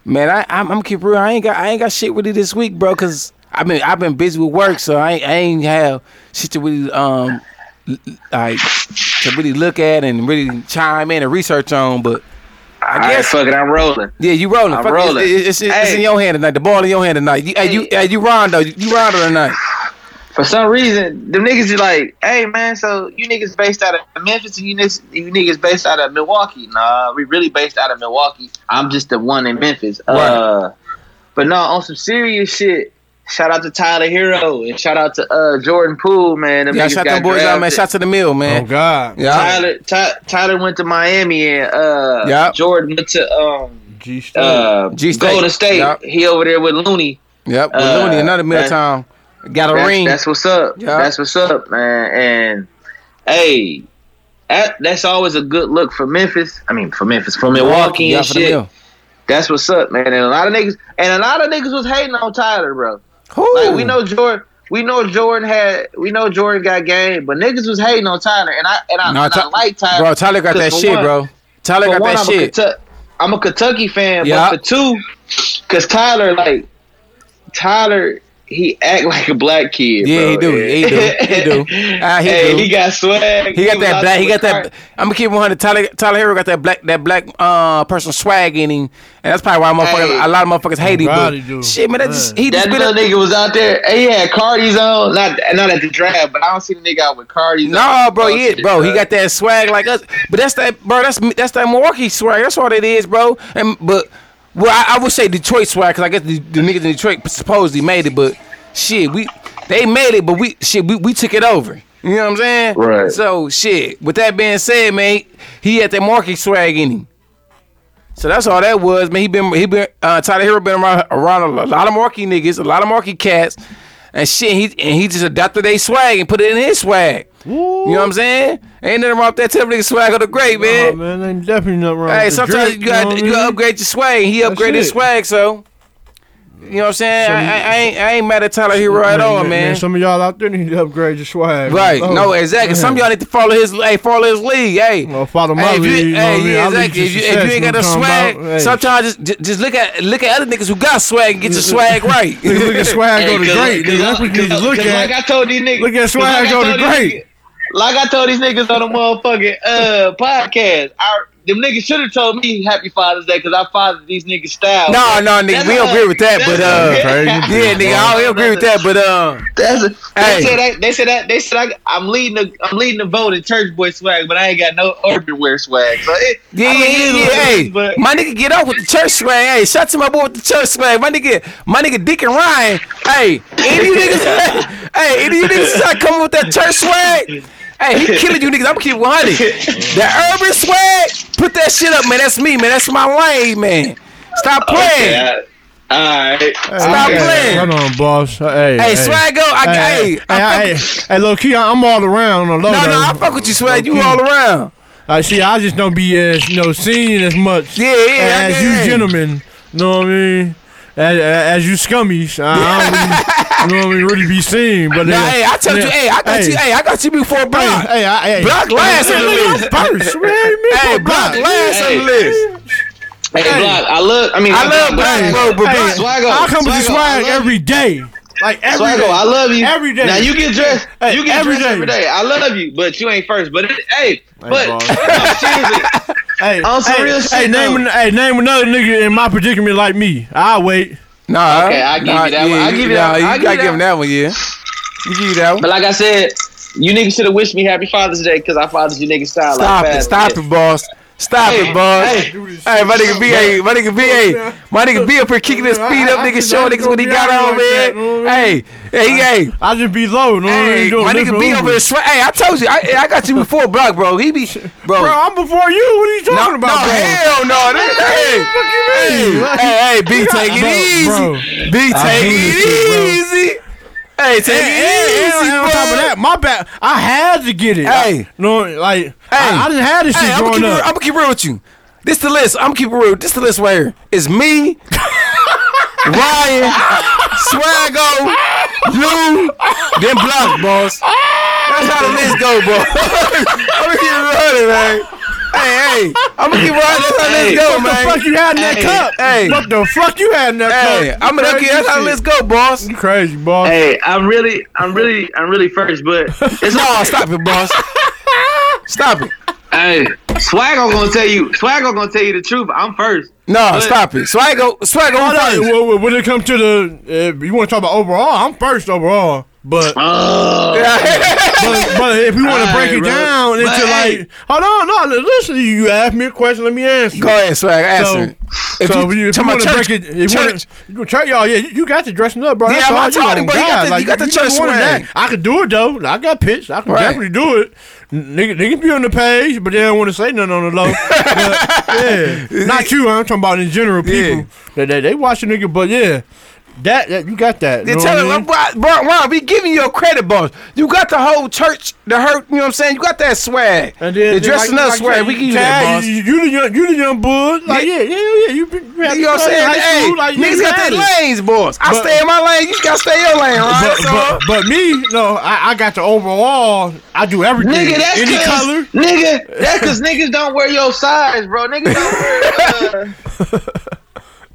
Man, I, I'm, I'm keep real. I ain't got I ain't got shit with it this week, bro. Cause I've been I've been busy with work, so I ain't, I ain't have shit to really um l- like to really look at and really chime in and research on. But
I guess
guess-
fuck it, I'm rolling.
yeah, you rolling.
I'm
Fuck it.
rolling.
It's, it's, it's, it's in
Hey.
your hand tonight. The ball in your hand tonight. You, hey, you hey, you Rondo. You Rondo tonight.
For some reason, them niggas is like, hey man, so you niggas based out of Memphis and you niggas, you niggas based out of Milwaukee. Nah, we really based out of Milwaukee. I'm just the one in Memphis. Uh, but no, on some serious shit. Shout out to Tyler Hero and shout out to uh, Jordan Poole, man. Them
Yeah,
niggas
shout
got
them boys out, man.
drafted.
Shout to the mill,
Oh
man.
God,
Yeah,
Tyler, Ty, Tyler went to Miami and uh,
Yep.
Jordan went to um,
G State.
uh,
G-State.
Golden State.
Yep.
He over there with Looney.
yep. With
Uh,
Looney, another mill
that's-
town. Got a
That's,
ring.
that's what's up.
Yeah.
That's what's up, man. And hey, that, that's always a good look for Memphis. I mean, for Memphis, for Milwaukee
Yeah,
and
for the
shit.
mill.
That's what's up, man. And a lot of niggas, and a lot of niggas was hating on Tyler, bro.
Who?
Like we know Jordan. We know Jordan had. We know Jordan got game, but niggas was hating on Tyler, and I and I,
Nah,
and
Ty-
I like Tyler.
bro. Tyler got
'cause
that
for
shit,
one-
bro. Tyler
for
got
one,
that
I'm A
shit.
Kentu- I'm a Kentucky fan,
Yeah.
but for two, because Tyler, like, Tyler, he act like a black kid.
Yeah,
bro.
he do. He do. He do. Ah, he
hey,
do.
he got swag.
He got
was
that black.
out there
He got that.
with
I'm gonna keep 100. Tyler Tyler Hero got that black. That black uh person swag in him, and that's probably why motherfuckers,
Hey.
a lot of motherfuckers hate him.
Proud
But
he do.
shit, man, that
Man.
just he
That
just been
little
a,
nigga was out there. and He had Cardi's on. Not not at the draft, but I don't see the nigga out with Cardi's.
no,
on.
bro.
Oh,
Yeah,
shit,
bro. He got that swag like us. But that's that, bro. That's that's that Milwaukee swag. That's what it is, bro. And but well, I, I would say Detroit swag because I guess the, the niggas in Detroit supposedly made it, but shit, we they made it, but we shit we, we took it over. You know what I'm saying?
Right.
So shit. With that being said, man, he had that Milwaukee swag in him. So that's all that was, man. He been he been uh, Tyler Hero been around around a lot of Marquee niggas, a lot of Marquee cats, and shit. He and he just adopted their swag and put it in his swag. You know what I'm saying? Ain't nothing wrong with that. Tell nigga swag on the great,
Oh,
man.
man, ain't definitely nothing wrong.
hey,
with the
sometimes
drip,
you got
know what
you
I
gotta
mean?
upgrade your swag. He upgraded his
it.
swag, so you know what I'm saying.
Some-
I, I, I ain't I ain't mad at Tyler Hero at all, man.
Some of y'all out there need to upgrade your swag.
Right?
Oh,
No, exactly. Some of y'all need to follow his hey, follow his league. Hey,
Well, follow my
hey, if you,
lead, you know
hey,
what I mean?
yeah,
I lead
exactly.
to
If you, if
success,
you ain't got
know
no
what I'm
swag,
talking about? Hey.
sometimes just, just look at look at other niggas who got swag and get your swag right.
Look at swag
Hey,
go to
cause-
great. nigga. That's what you need to
cause-
look
cause Like I
at.
told these niggas.
Look at
cause
swag
I
go to
told these
great.
niggas- Like I told these niggas on the motherfucking uh, podcast. I, them niggas should have told me Happy Father's Day because I fathered these niggas style.
no, no, nigga,
That's
we
a-
agree with that, but
that's
uh,
a-
yeah, nigga, I don't agree with that, but uh,
That's a, they
Hey.
said I, they said I, they said I, I'm leading the I'm leading the vote in church boy swag, but I ain't got no urban wear swag. So it,
yeah,
I
yeah,
mean, it
yeah,
is
yeah,
what it is,
hey,
but
my nigga, get off with the church swag. Hey, shout to my boy with the church swag. My nigga, my nigga, Dick and Ryan. Hey, any of you niggas, hey, any of you niggas start coming with that church swag. Hey, he killing you niggas. I'm keep 100. The urban swag, put that shit up, man. That's me, man. That's my lane, man. Stop playing.
yeah, all right.
Stop
Hey,
playing.
Hold on, boss. Hey,
Hey, swag go. I, hey,
Hey, hey,
I fuck
hey,
with-
hey, hey, low key, I'm all around on low.
no, no, I fuck with you, swag. You
Low-key.
all around.
I see. I just don't be as you know seen as much.
Yeah, yeah,
As
I
you
get it.
gentlemen, know what I mean? As, as you scummies, I, I don't really, you know what I mean, really be seen. But
Nah,
then-
hey, I told you, hey, I got you, hey, I got you before block.
Hey, hey, I- hey,
Block last on the list.
First, man,
Hey, block last on the list.
Hey, Block, I love. I mean,
I love
Block,
black, bro, but
Hey,
block.
Swaggo,
I come with the
Swaggo, I
swag
love you.
every day, like every
Swaggo,
day.
I love you
Every day.
Now you get dressed.
Hey,
you get
every
dressed
day.
every day. I love you, but you ain't first. But it, hey, but
boss.
no, seriously,
hey,
on some
hey,
real shit,
Hey, name,
though.
an- hey, name another nigga in my predicament like me. I wait.
Nah,
Okay, I give you
nah,
that one.
yeah,
I give you
nah,
that one.
You
I give
gotta
you
give him that one, yeah. You give you that one.
but like I said, You niggas should have wished me happy Father's Day because I fathered you niggas style
Stop
like
it,
fast.
stop it, boss. Stop
Hey,
it, boss.
hey.
Hey, my nigga B, hey, my nigga B, hey, my nigga B up here kicking his feet up, nigga, showing niggas what he got on, man. Hey, hey, hey.
I just be low. No,
Hey, my nigga B over here. swe- Hey, I told you, I, I got you before, block, bro. He be, bro.
Bro, I'm before you. What are you
no,
talking
no,
about, bro?
hell no. This, hey, hey,
Like-
hey, hey, B, take
Bro,
it
bro.
easy. B, take
hate this shit,
it easy. Hey, take it
And,
easy,
and on top of that,
bro.
my back, I had to get it.
Hey.
I, no, like I, I didn't have this shit
Hey, I'm gonna
growing
keep it,
up.
I'm gonna keep it real with you. This the list. I'm gonna keep it real. This the list right here. It's me, Ryan, Swago, you, then Block, boss. That's how the list go, boss. I'm gonna keep it running, man. Hey, hey, I'm gonna keep running. That's how the list go,
what
man.
the fuck you had in that
Hey,
cup?
hey.
what the fuck you had in that
Hey,
cup?
I'm gonna
Crazy
that's how the
shit.
list go, boss.
You crazy, boss.
Hey, I'm really, I'm really, I'm really first, but it's
No, stop it, boss. Stop it.
Hey, Swaggo gonna tell you. Swaggo gonna tell you the truth. I'm first.
No, stop it. Swago, Swago
Hold on,
first.
when- when- When it comes to the, uh, you want to talk about overall? I'm first overall, but but, but if we want to break
Uh, Alright,
it
bro.
down into
But, hey.
like, hold on, no, listen. You asked me a question, let me answer.
Go ahead, Swag. Answer.
So, so
you-
you, if you
talking
want
about
to break
church-
it, if you want
church.
you gonna church, y'all, yeah, you, you got to dressing up, bro.
Yeah,
That's
I'm
all
not talking,
on
bro. You got
God.
the- you got the
just
church
wanted
swag.
that. I could do it though. I got pitched. I can
Right.
definitely do it. N- Nigga, nigga be on the page, but they don't want to say nothing on the low. but, yeah, not you. I'm talking about in general people.
Yeah.
They, they they watch a nigga, but yeah, that, that you got that. You
They
know
tell
what I
him,
mean?
bro, bro, bro, we giving you a credit, boss. You got the whole church, the hurt, you know what I'm saying? You got that swag.
And then,
the
then
dressing
like-
up
like you
swag,
said,
we give you
Chad,
that, boss.
You, you the young, you the young bull. Like
Yeah.
yeah, yeah, yeah. You, been- you, had
you know what I'm
fun in
saying?
high
Hey,
school, like, you
niggas got
had it.
their lanes, boss. I
But-
stay in my lane, you gotta stay in your lane, all right?
but,
So,
but, but me, no, I, I got the overall. I do everything.
Nigga, that's
Any
cause,
color.
Nigga, that's because niggas don't wear your size, bro. Niggas don't wear uh,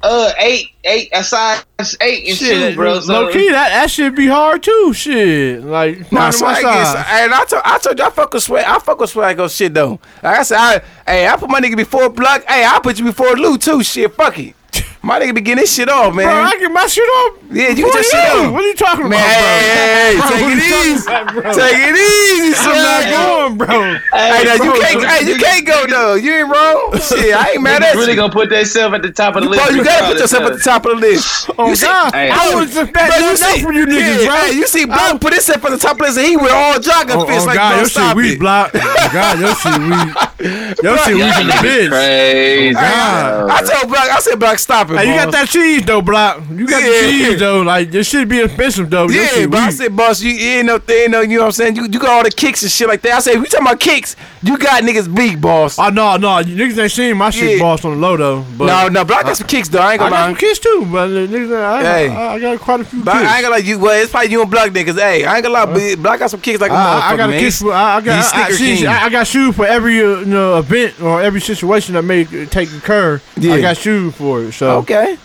uh eight, eight a size eight and two, bro. So
low key, that, that should be hard too. Shit, like
Nah,
nah, my
swag is,
side.
and I told, I told you I fuck with swag. I fuck with swag on shit though. Like I said, I, hey, I put my nigga before Block. Hey, I put you before Lou too. Shit, fuck it. My nigga be getting this shit off, man.
Bro, I get my shit up.
Yeah, you
before
just shit up.
What are you talking
man, hey, hey, hey,
about, bro? Bro, what are you
take it
talking
easy.
about, bro?
Take it easy,
I'm
swag.
not going, bro.
Hey, now, you can't,
bro, niggas-
hey, you can't go though. You ain't wrong. Shit, I ain't mad at
niggas really
you.
gonna put themselves at the top of the
Bro,
list.
you gotta put yourself at the top of the list.
Oh
you see,
God,
Hey.
I was expecting
Bro, you
nothing
see,
from you niggas,
yeah,
bro.
hey, you see, Blunt put himself on the top of the list, and he with all jogging
Oh,
fits.
oh
like,
God,
bro,
your
stop
shit weak,
it.
block. Oh God, your shit weak. Your shit weak in the bitch.
Crazy.
God.
I told Black, I said Black, stop it.
Hey, you
boss.
got that cheese though, block. You got
Yeah.
the cheese though. Like this shit be expensive though. Your
Yeah,
shit
but I
weak.
said, boss, you, you ain't no thing, no, you know what I'm saying? You, you got all the kicks and shit like that. I said, we talking about kicks, you got niggas beat, boss.
Oh no, no, you niggas ain't seen my shit
Yeah.
boss on the low though. But
no, no, Block got some kicks, though. I ain't
I
gonna
got some
lie.
kids too, but the niggas, I,
Hey.
I, I got quite a few
But I ain't
kids.
gonna lie, you, well, it's probably you and Block niggas. Hey, I ain't gonna lie, but Block got some kicks like a
I, I
motherfucker,
got a
man.
kiss. For, I, I
He's
got. I, I,
sneaker
see,
king.
I, I got shoes for every uh, you know, event or every situation that may take occur.
Yeah.
I got shoes for it. So
Oh, Okay.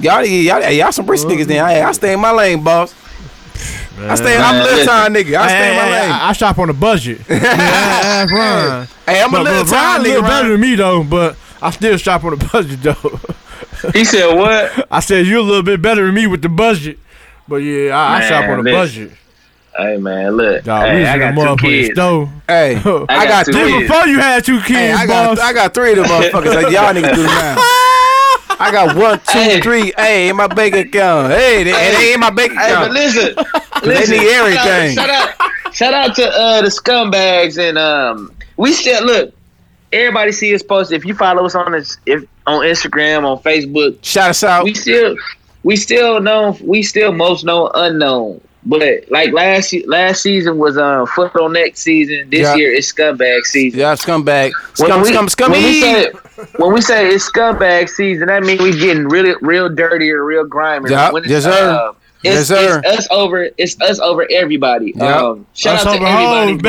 Y'all, y'all, y'all, y'all some rich niggas then. I, I stay in my lane, boss. I stay, I'm a
Man,
little
listen.
time nigga. I
Hey,
stay in my
hey,
lane.
I, I shop on a budget. yeah, I, I run.
hey, I'm a
But,
little
but Brian
time
a little
nigga.
better
Ryan.
than me though, but I still shop on a budget though.
Ah.
He said what?
I said you're a little bit better than me with the budget, but yeah, I, I shop
Man,
on a
listen.
budget.
Hey man, look.
Dog, we
hey,
was
I
in the
got two
motherfucking
kids.
store.
Hey,
I
I got
got two
three.
kids.
Then before you had two kids,
Hey, I
boss.
got, I got three of them motherfuckers. Like y'all niggas do now. I got one, two,
Hey.
three. Hey, in my bank account. Hey, they, and they in my bank
Hey, but
account.
listen, listen.
need everything.
Shout out, shout out, shout out to uh, the scumbags and um, we still look. Everybody see us post. If you follow us on this, if on Instagram, on Facebook,
Shout us out.
we still, we still know, we still most known unknown. But like last se- last season was um foot on neck season. This
Yeah.
year it's scumbag season.
Y'all scumbag. Scum,
we,
scum, scummy.
when we say when we say it's scumbag season, that means we getting really real dirty or real grimy.
Yeah,
When it's,
yes, sir.
uh,
Yes,
it's,
sir.
It's us over. It's us over everybody.
Yeah.
Um, shout
Us
out to
over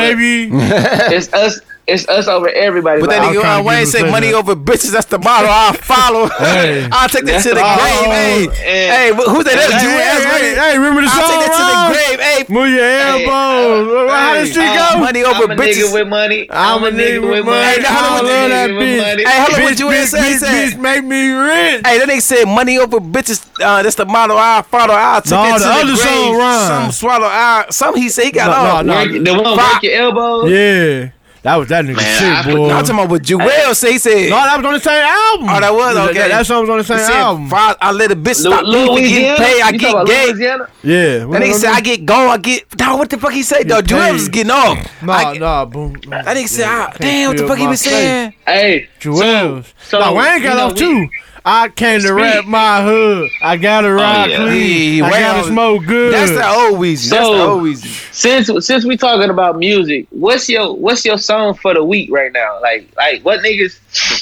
hoes,
everybody, but
baby.
It's us. It's us over everybody.
But that
I was
nigga
trying
uh,
to
Wayne
get you to
said
say
money
that.
over bitches. That's the motto I follow.
Hey.
I'll take that to the grave. hey,
Oh,
hey,
and-
who who's that?
Hey, hey,
That's Julius Reed.
hey, remember the song?
I'll take that to the
Ron?
grave. Hey,
Move your
Hey,
elbows. How
hey,
did she
uh,
go?
money over
I'm a
bitches.
nigga with money.
I'm a nigga with money.
Hey,
I
hold on,
love that
I'm a nigga with
bitch.
money.
Hey, hold on, what
Bitch,
you
bitch,
say?
bitch,
said?
bitch, make me rich.
Hey, that nigga said money over bitches. Uh, that's the motto I follow. I'll take
No,
that
the
to the
other
grave.
song rhyme.
Some swallow. I, some he said he got
No, no,
on.
no.
Work- the one
Fuck.
work your elbows.
Yeah, that was that nigga
I
shit,
forgot
boy.
I'm talking about what Juel said. He said.
No, that was on the same album.
Oh, that was?
Yeah,
Okay.
That, that song was on the
he
same
said,
album.
"Fuck, I let a bitch
Lu-
stop me from getting
Louisiana.
paid. I
You talking
get
about
gay.
Louisiana?
Yeah. what
That nigga
was
said,
on
I get gone, I get. Dog, what the fuck he say, dog?
Get
Juel
paid. Mm.
was getting off.
No,
I,
no, boom. That
That nigga said, ah, damn, what the fuck he was saying?
Hey,
Jewels.
so-
no, Wayne
you
got
know,
off
we- Oh,
too. I came to rap my hood. I gotta ride
yeah.
clean.
Yeah,
I
Wayne
gotta
always-
smoke good.
That's the old Weezy. That's the
So-
old Weezy.
since since we talking about music, what's your what's your song for the week right now? Like like what niggas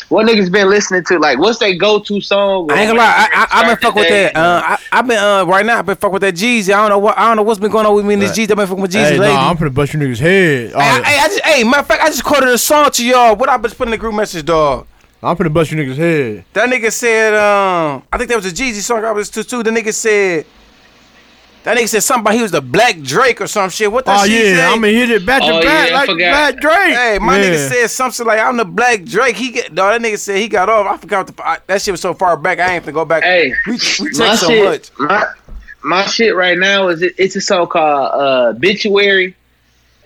what niggas been listening to? Like what's their go to song?
I ain't gonna lie, I, I, I've been fuck with that. Uh, I, I've been uh, right now. I've been fuck with that Jeezy. I don't know what. I don't know what's been going on with me and this Jeezy. I've been fucking with Jeezy
Hey,
lately.
no, I'm finna bust your niggas head. Oh,
Hey, I,
yeah.
hey, I just, hey, matter of fact, I just quoted a song to y'all. What I been putting in the group message, dog.
I'm finna bust your niggas head.
That nigga said, um, I think that was a Jeezy song I was to too. The nigga said, that nigga said something about he was the Black Drake or some shit. What that
Oh
shit say?
yeah, I'ma hit it back to
Oh,
back
yeah, I
like
forgot.
Matt Drake.
Hey, my
yeah.
nigga said something like I'm the Black Drake. He get no, that nigga said he got off. I forgot what the I, that shit was so far back. I ain't to go back.
Hey,
we, we text
my
so
shit,
much.
My, my shit right now is it, it's a song called uh, Bituary,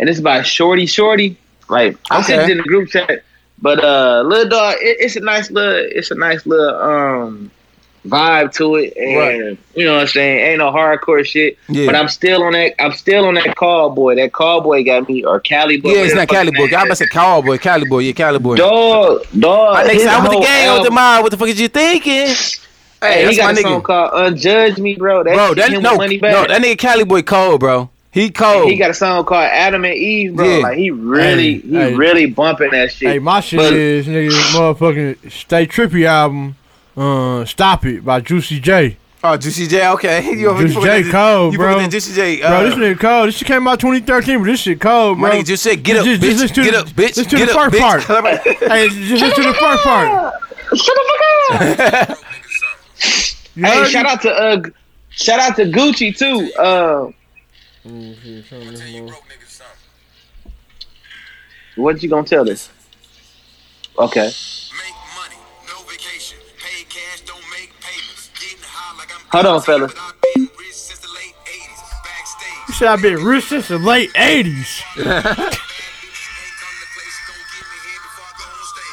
and it's by Shorty Shorty. Like I sent
Okay.
it in the group chat, but uh, little dog, it, it's a nice little, it's a nice little um vibe to it, and you know what I'm saying. Ain't no hardcore shit,
Yeah.
but I'm still on that. I'm still on that call boy. That call boy got me or Cali boy.
Yeah, it's
whatever
not
the fuck
Cali
his
boy.
name
I
is.
must say Cowboy, Cali boy. Yeah, Cali boy.
Dog, dog.
My nigga
his
said, I'm with the
whole
gang on
album-
the mile. What the fuck is you thinking? Hey,
Hey, he
that's my
got a song
nigga.
called "Unjudge Me," bro. That
Bro,
shit
that
him
no,
with
no,
money back.
that nigga Cali boy cold, bro. He cold.
He got a song called Adam and Eve, bro.
Yeah.
Like he really,
Hey,
he
hey.
really bumping that shit.
Hey, my shit
But-
is nigga motherfucking Stay Trippy album. Uh, Stop It by Juicy J.
oh, Juicy J. Okay, you over- you
Juicy
fucking
J
with-
cold,
you
bro.
fucking with Juicy J. Uh,
Bro, this nigga cold. This shit came out 2013, but this shit cold,
my
bro.
nigga just said, get up,
Just-
bitch.
just listen to
get
the-
up, bitch.
listen to
get
the
up,
first
bitch.
hey, just listen to the first part.
Shut the fuck up.
You
hey,
heard
shout
me?
out to uh, shout out to Gucci too. Uh, what you gonna tell this? Okay.
Make money, no vacation. Pay cash, don't make payments. Getting high like I'm.
Hold on, fellas.
But I've been rich since the late 80s. Backstage.
Shit, I've been rich since the late 80s.
Bad bitches ain't come to play. She gon' give me head before I go on stage.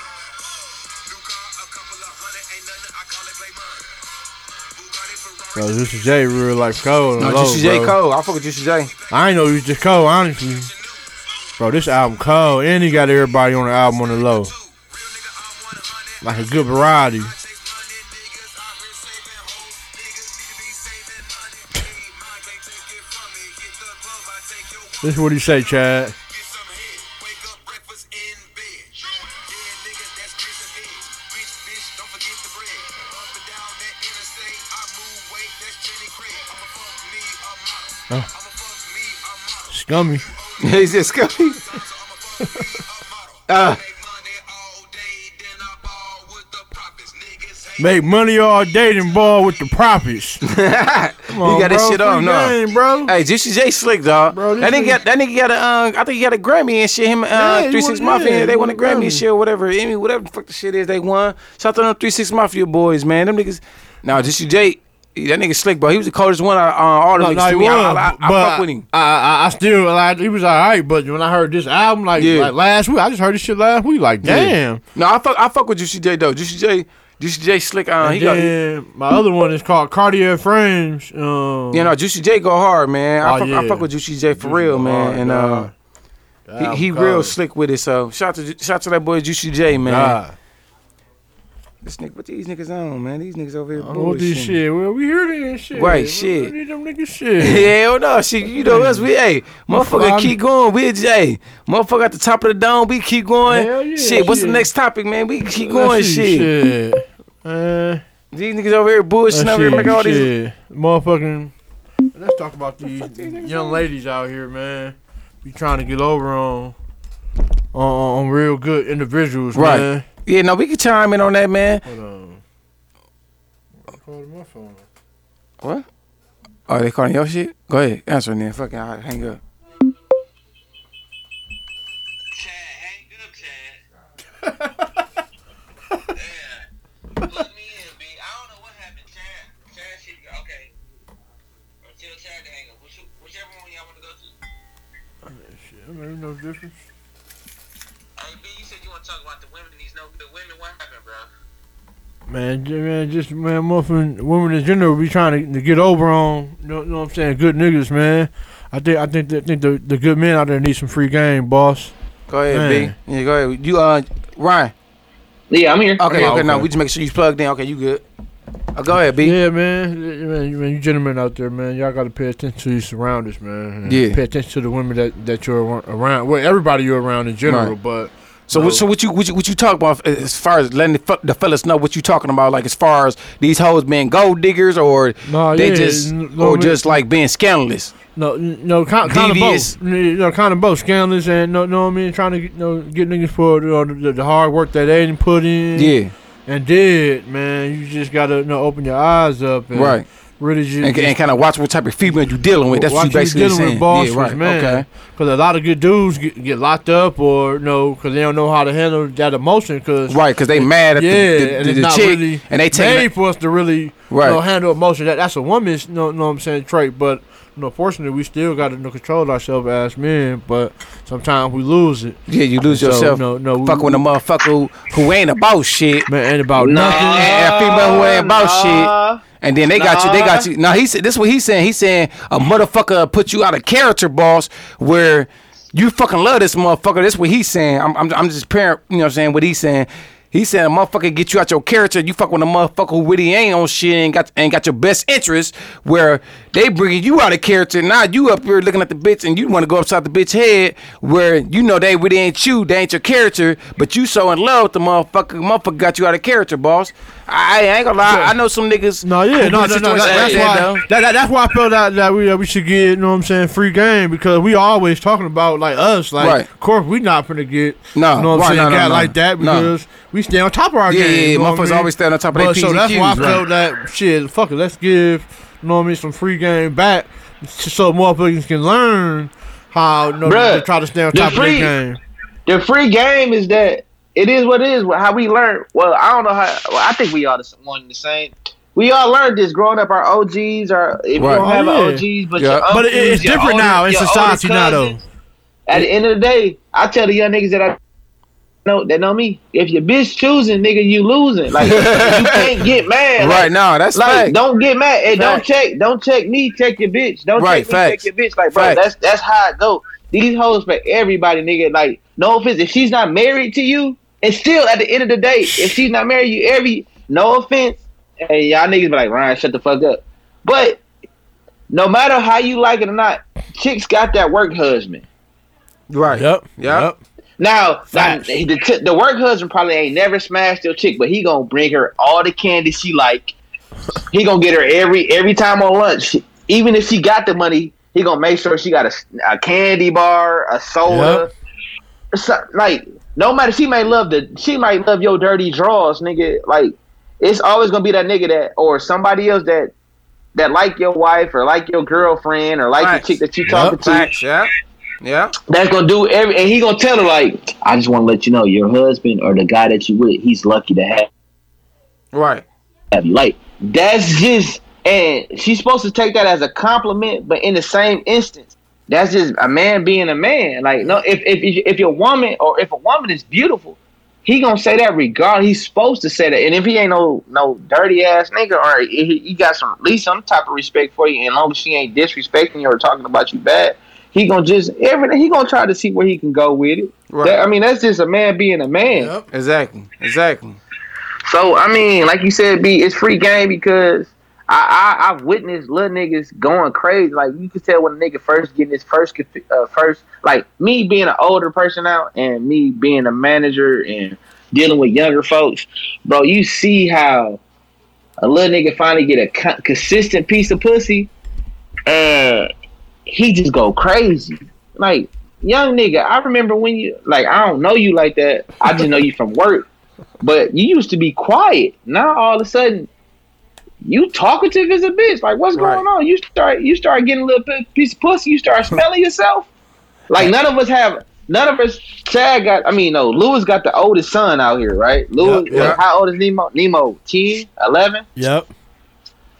New car, a couple of hundred. Ain't nothing. I call it play money. Bugatti, Ferrari.
Bro, Juicy J real life cold.
No,
low,
Juicy J
bro.
cold. I fuck with Juicy J.
I ain't know he was just cold, honestly. Bro, this album cold, and he got everybody on the album on the low.
Real nigga, I want a hundred.
Like a good
I
variety.
chase money, niggas out here saving hoes. Niggas need to be saving money. Ain't mine, can't take it from me. Hit the club, I take your woman.
This is what he say, Chad.
Get some head. Wake up, breakfast in bed. Dead niggas, that's Chris ahead. Rich bitch, don't forget the bread. Up and down that interstate, I move weight, that's Jenny Craig. I'ma fuck me a model. I'ma fuck me a model.
Scummy.
He's just cold.
So I'ma fuck me a model.
Ah.
Make money all day, then I ball with the profits. Niggas hate.
Make money all day and ball with the profits. Come on,
he
bro.
got his shit off,
Free
no.
game, bro.
Hey, Juicy J slick dog.
Bro, this
that nigga
nigga-
got that nigga got a um, I think he got a Grammy and shit. Him uh,
Yeah, he
Three
won-
Six Mafia,
yeah,
they
he
won a
won a
Grammy and
Grammy.
shit, whatever Emmy, whatever the fuck the shit is, they won. Shout out to them Three Six Mafia boys, man. Them niggas. Now Juicy J, that nigga slick, bro. He was the coldest one out of uh, all the
No,
niggas.
no,
to
he
me.
was,
I, I, I, I
but
fuck with him.
I, I, I still like he was all right, but when I heard this album like,
Yeah.
like last week, I just heard this shit last week. Like, damn.
No, I fuck I fuck with Juicy J though. Juicy J, Juicy J slick. Uh, he
And
got.
then my other one is called Cartier Frames. Um,
You know, Juicy J go hard, man. I,
Oh,
fuck, I
yeah.
fuck with Juicy J for
Juicy
real,
go
man.
hard,
and uh,
dog.
he, he real slick with it. So shout out to shout out to that boy Juicy J, man.
God.
This nigga, what these niggas on, man? These niggas over here.
I want this
bullshitting.
shit. Well, we hear this shit.
Oh, Right,
We-
shit.
We need them niggas shit.
Hell no, shit. You know us, we hey, motherfucker,
Motherfucker,
keep going. We hey, motherfucker at the top of the dome, we keep going.
Hell yeah,
shit, what's the
shit.
next topic, man? We keep
Let's
going,
see,
shit.
shit. Man,
These niggas over here bullshitting
that
over here,
shit,
making all these.
shit. Motherfucking. Let's talk about these young ladies out here, man. Be trying to get over on on, on real good individuals,
Right.
man.
Yeah, no, we can chime in on that, man.
Hold on. I'm calling my phone.
What? Oh, they calling your shit? Go ahead, answer it then. Fucking, I hang up.
Chad, hang up, Chad. yeah. Plug me in, B. I don't know what happened, Chad. Chad, shit, okay. Or tell Chad to hang up. Which, whichever one y'all want to go to.
Shit, I mean, no difference.
Hey, B, you said you want to talk about the women. These no good women. What happened, bro?
Man, j- man, just man, muffin women in general be trying to, to get over on. You know, you know what I'm saying? Good niggas, man. I think I think that think the, the good men out there need some free game, boss.
Go ahead,
Man.
B. Yeah, go ahead. You, uh, Ryan.
Yeah, I'm here.
Okay, okay,
Oh,
no,
okay.
we just make sure you plugged in. Okay, you good. Uh, go ahead, B.
Yeah, man. Yeah, man, you- man, you gentlemen out there, man, y'all gotta pay attention to your surroundings, man. and
Yeah.
Pay attention to the women that, that you're ar- around. Well, everybody you're around in general,
Right.
but
So,
No.
what, so what you what you what you talk about uh, as far as letting the, fe- the fellas know what you talking about, like as far as these hoes being gold diggers or
No,
they
yeah,
just
n- no,
or
we-
just like being scandalous.
No, n- no, kind, kind of
Devious.
both. N- No, kind of both. Scandalous and no, no, I mean trying to get, no, get niggas for you know, the, the hard work that they didn't put in.
Yeah,
and did man, you just gotta you know, open your eyes up. And
right.
Really, just,
And, and kind of watch what type of female you dealing with. That's what you
watch who
basically
you dealing
saying.
with, boss.
yeah, right.
Man.
Okay.
Because a lot of good dudes get, get locked up or you know, because they don't know how to handle that emotion. Because
Right, because they mad at the-
yeah,
the,
and
the,
it's
the
not
chick,
really
and they taking
made for us to really
Right.
you know, handle emotion. That that's a woman's no know, know what I'm saying trait, but you know, fortunately we still got to you know, control ourselves as men. But sometimes we lose it.
yeah, you lose
So,
yourself.
no, no, we-
fuck with a motherfucker who, who ain't about shit,
Man, ain't about
Nah.
nothing.
and a female who ain't about shit.
Nah.
And then they got you. They got
Nah.
you. Now he said this. Is what he's saying. He's saying a motherfucker put you out of character, boss. Where you fucking love this motherfucker. That's what he's saying. I'm, I'm, I'm just parent. You know what I'm saying? What he's saying. He's saying a motherfucker get you out your character. You fuck with a motherfucker who really ain't on shit and got ain't got your best interest. Where they bringing you out of character. Now you up here looking at the bitch and you want to go upside the bitch head. Where you know they really ain't you. They ain't your character. But you so in love with the motherfucker. Motherfucker got you out of character, boss. I, I ain't gonna lie. I know some niggas.
No, yeah, no, no,
Who did
no.
you
that-
say that,
that's why.
though?
That, that, that's why I felt that that we that we should get. You know what I'm saying? Free game because we always talking about like us. Like,
Right.
of course we not finna get.
No,
you know what I'm
right,
saying?
no, no,
guy
no.
like that
No.
because we stay on top of our
Yeah,
game.
yeah,
you know what I
motherfuckers
mean?
always stay on top of their
But,
P's
So
and
that's why I
Q's, right.
felt that shit. Fuck it, let's give. You know what I mean? Some free game back so motherfuckers can learn how you know,
Bruh,
to try to stay on
the
top
free-
of their game.
The free game is that it is what it is. How we learn. Well, I don't know how. Well, I think we all the s- one the same. We all learned this growing up. Our OGs are
Right.
if you don't have
Oh, yeah.
an OGs, but
Yeah.
your
But it-
uncles,
it's
your
different
older-
now in
your older
society now though.
cousins. At the end of the day, I tell the young niggas that I know that know me. If your bitch choosing, nigga, you losing. Like you can't get mad. Like,
Right now, that's
like,
fact.
don't get mad. Hey, don't
Fact.
check, don't check me, check your bitch. Don't
Right,
check me,
facts.
check your bitch. Like, bro,
Facts.
that's that's how it go. These hoes for everybody, nigga. Like, no offense, if she's not married to you, and still at the end of the day, if she's not married, you every no offense. Hey, y'all niggas be like Ryan, shut the fuck up. But no matter how you like it or not, chicks got that work husband.
Right.
Yep.
Yep.
Now, now
Facts.
the, t- the work husband probably ain't never smashed your chick, but he gonna bring her all the candy she like. He gonna get her every every time on lunch, even if she got the money. He gonna make sure she got a, s- a candy bar, a soda. So- like no matter, she may love the she might love your dirty draws, nigga. Like it's always gonna be that nigga that or somebody else that that like your wife or like your girlfriend or like
Facts.
the chick that you talking to
Facts. Yeah. Yeah.
that's gonna do every and he gonna tell her like i just want to let you know your husband or the guy that you with he's lucky to have,
Right.
have you like that's just and she's supposed to take that as a compliment but in the same instance that's just a man being a man like no if if if your woman or if a woman is beautiful he gonna say that regard he's supposed to say that and if he ain't no no dirty ass nigga or he, he got some at least some type of respect for you and long as she ain't disrespecting you or talking about you bad he gonna just everything he gonna try to see where he can go with it
Right.
That- i mean that's just a man being a man
Yep.
Exactly. Exactly.
so I mean, like you said, B, it's free game because I, I I've witnessed little niggas going crazy. Like you can tell when a nigga first getting his first conf- uh, first like me being an older person out and me being a manager and dealing with younger folks, bro. You see how a little nigga finally get a co- consistent piece of pussy, and he just go crazy. Like young nigga, I remember when you like I don't know you like that. I just know you from work. But you used to be quiet. Now all of a sudden you talkative as a bitch. Like what's going on? You start you start getting a little pi- piece of pussy, you start smelling yourself. Like none of us have none of us Chad got I mean no, Lewis got the oldest son out here, right? Lewis
Yeah, yeah.
like, how old is Nemo? Nemo 10, 11?
Yep.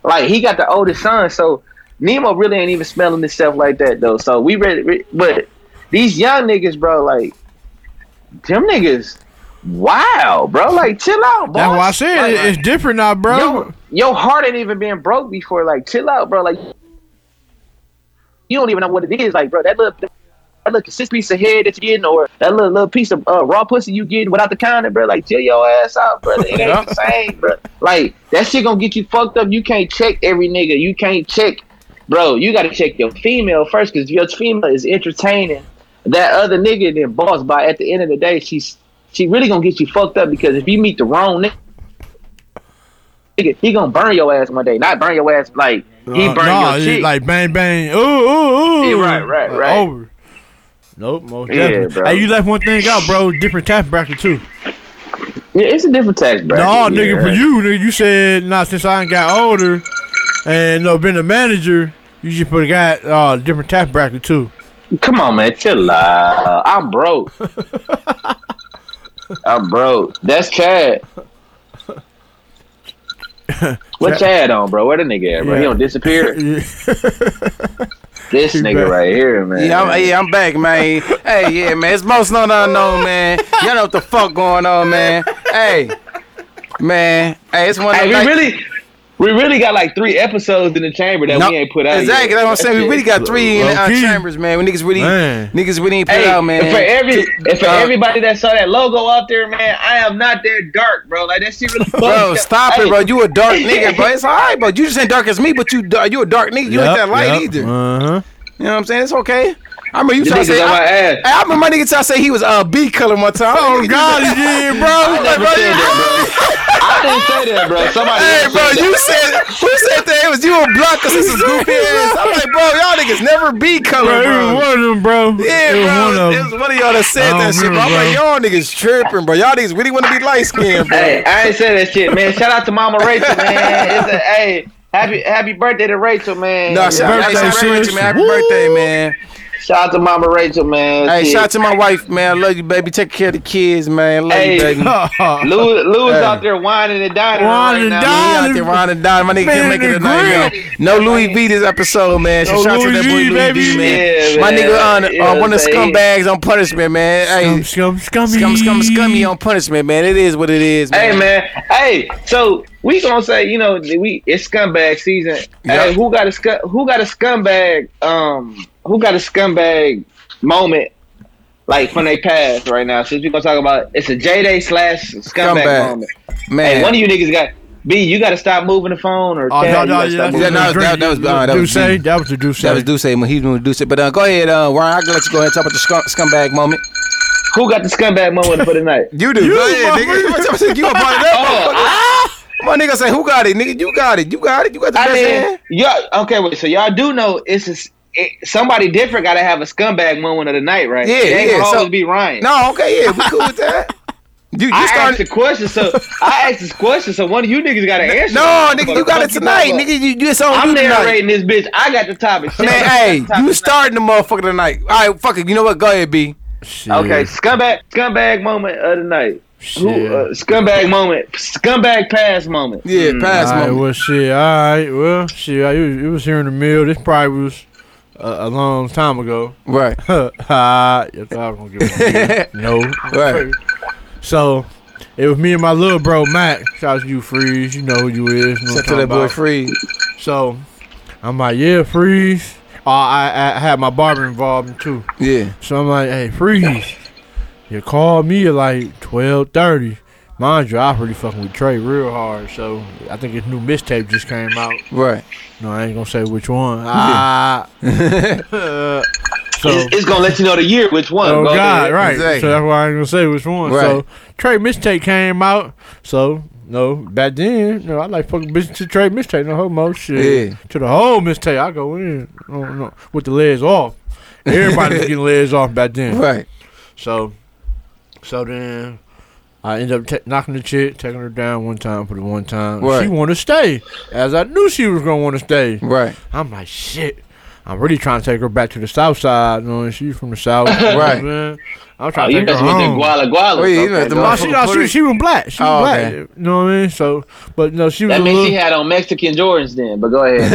Like he got the oldest son, so Nemo really ain't even smelling himself like that though. So we ready, re- but these young niggas, bro, like them niggas, wow, bro, like chill out, boy.
That's why I said
Like,
it- it's different now, bro.
yo, your heart ain't even been broke before. Like chill out, bro. Like you don't even know what it is, like bro. That little. That little six piece of head that you getting, or that little little piece of uh, raw pussy you getting without the condom, bro. Like chill your ass out, bro. It ain't the same, bro. Like that shit gonna get you fucked up. You can't check every nigga. You can't check, bro. You gotta check your female first, cause if your female is entertaining that other nigga, then boss. By at the end of the day, she's she really gonna get you fucked up because if you meet the wrong nigga. Nigga, he gonna burn your ass one day. Not burn your ass like he
Uh,
burn
nah,
your
it's
chick.
Like bang bang. Ooh ooh ooh.
Yeah, right, right,
Like,
right.
Over. Nope, most
Yeah,
definitely.
bro.
Hey, you left one thing out, bro. Different tax bracket too.
yeah, it's a different tax bracket.
Nah,
yeah.
nigga, for you, nigga, you said nah. Since I ain't got older, and no, been a manager, you just put a guy uh different tax bracket too.
Come on, man, chill out. I'm broke. I'm broke. That's Chad. What Chad on, bro? Where the nigga at, bro? He
Yeah.
don't disappear.
Yeah.
This nigga
back.
right here, man.
Yeah, I'm, yeah, I'm back, man. hey, yeah, man. It's most known unknown, man. Y'all know what the fuck going on, man. Hey, man. Hey, it's one. of
Hey,
them
we
nights-
really, we really got like three episodes in the chamber that
No,
we ain't put out.
Exactly.
yet.
That's what I'm saying. We
That
really
shit-
got three in our
Low-key.
chambers, man. We niggas really,
Man.
niggas really ain't put
Hey,
out, man.
and for every and for
Uh,
everybody that saw that logo out there, man, I am not that dark, bro. Like that shit really.
Bro, stop it,
Hey,
bro. You a dark nigga, bro. It's all right, bro. You just ain't dark as me, but you da- you a dark nigga. You ain't that light either.
Uh huh.
You know what I'm saying? It's okay. I remember you
The
trying to
niggas
say.
on my
I,
ass.
Hey, I remember my nigga trying to say he was uh, B color one time.
Oh God, he did, bro.
never said that, bro. I didn't say that, bro. Somebody.
Hey,
else
bro,
said that.
you said who said that? It was you and Block because this is goofy ass. I'm like, bro, y'all niggas never be
Bro,
color, bro.
it was one of them, bro.
Yeah,
it was
bro,
One of
it
them.
was one of y'all that said
I
that
don't
shit, bro. I'm
remember,
like, y'all niggas tripping, bro. Y'all niggas really want to be light skinned, bro.
Hey, I ain't say that shit, man. Shout out to Mama Rachel, man. It's a, hey, happy happy birthday to Rachel, man.
No, shout out
birthday,
to
sis.
man. Happy
Woo!
birthday, man.
Shout out to Mama Rachel, man.
Hey,
Shit.
shout out to my wife, man. I love you, baby. Take care of the kids, man. Love
Hey.
you, baby. He
Lou, Lou's out there whining and dining
Whining
right
and
now.
dining.
out there round and down. My nigga
Man,
can't make it
the
tonight,
grill.
man. No Louis V this episode, man. So
No
shout out to
Louis
that boy
V,
Louis
baby.
V, man.
Yeah,
My
man.
nigga
You
on,
know
on one of the
what I'm
scumbags on punishment, man. Hey,
Scum, scum, scummy.
scum, scum, scummy oh. on punishment, man. It is what it is, man.
Hey man, hey. So we gonna say, you know, we it's scumbag season. Hey, who got a scum? Who got a scumbag? Um, who got a scumbag moment? Like from their past right now. Since we gonna talk about it's a J Day slash scumbag,
Scumbag.
moment.
man.
Hey, one of you niggas got B. You got to stop moving the phone or
Oh, no,
Tab, you
no,
gotta
yeah,
stop moving
Yeah,
the
no, that- that was- uh, that was
Duce.
Duce.
That was the Duce.
that was Duce when he was Duce. But uh, go ahead, uh, Ryan. I can let you go ahead and talk about the scum- scumbag moment.
Who got the scumbag moment for tonight?
You do. You, go ahead, nigga. You want to- you want to brought it up?
Oh,
My nigga say, who got it, nigga? You got it. You got it. You got the
I
best
mean,
hand.
y'all. Okay, wait. So y'all do know it's a, s- it, somebody different. Got to have a scumbag moment of the night, right?
Yeah,
it ain't
yeah,
gonna
so-
always be Ryan.
No, okay, yeah, we cool with that. You,
I
you
asked the
started.
question, so I asked this question, so one of you niggas got to answer.
No,
it.
nigga, you got it tonight, nigga. You, you it's on
I'm
you tonight.
narrating this bitch. I got the topic. Shit,
Man,
I got
hey,
the topic
you
tonight.
starting the motherfucker tonight. All right, fuck it. You know what? Go ahead, B.
Okay, scumbag, scumbag moment of the night. Who,
Shit.
uh, scumbag moment, scumbag pass moment.
Yeah,
Mm.
pass
All right,
moment.
well, shit. All right, well, shit. I, it, was, it was here in the mill. This probably was a, a long time ago.
Right,
Ah, you thought I was gonna give one. no,
right.
So it was me and my little bro Mac. Shout out to you, Freeze. You know who you is. You know
Shout
what
to
I'm
that
talking
boy
about.
Freeze.
So I'm like, yeah, Freeze. Uh, I, I had my barber involved too.
Yeah,
So I'm like, hey, freeze. You called me at like twelve thirty. Mind you, I really fucking with Trey real hard. So I think his new mixtape just came out.
right.
No, I ain't gonna say which one. Ah. Uh, so
It's, it's gonna let you know the year which one.
Oh
Go
God,
ahead.
right.
Exactly.
So that's why I ain't gonna say which one.
Right.
So Trey Mistake came out. So no, back then, no, I like fucking bitch to Trey Mistake, no homo shit.
Yeah.
To the whole Mistake, I go in, no, no, with the legs off. Everybody was getting legs off back then.
Right.
So, so then I ended up ta- knocking the chick, taking her down one time for the one time.
Right.
She wanted to stay, as I knew she was gonna want to stay.
Right.
I'm like, shit. I'm really trying to take her back to the south side, knowing she's from the south. you know what I'm
Right.
saying? I'm
Oh,
trying
you
to take
messing
her
with the
home.
Guala Guala.
Oh, yeah, you messing
Okay,
with the
dog.
No, she, no, she, she was black. She was
Oh,
black.
okay.
You know what I mean? So, but no, she was
That
a
means
little.
she had on Mexican Jordans then, but go ahead.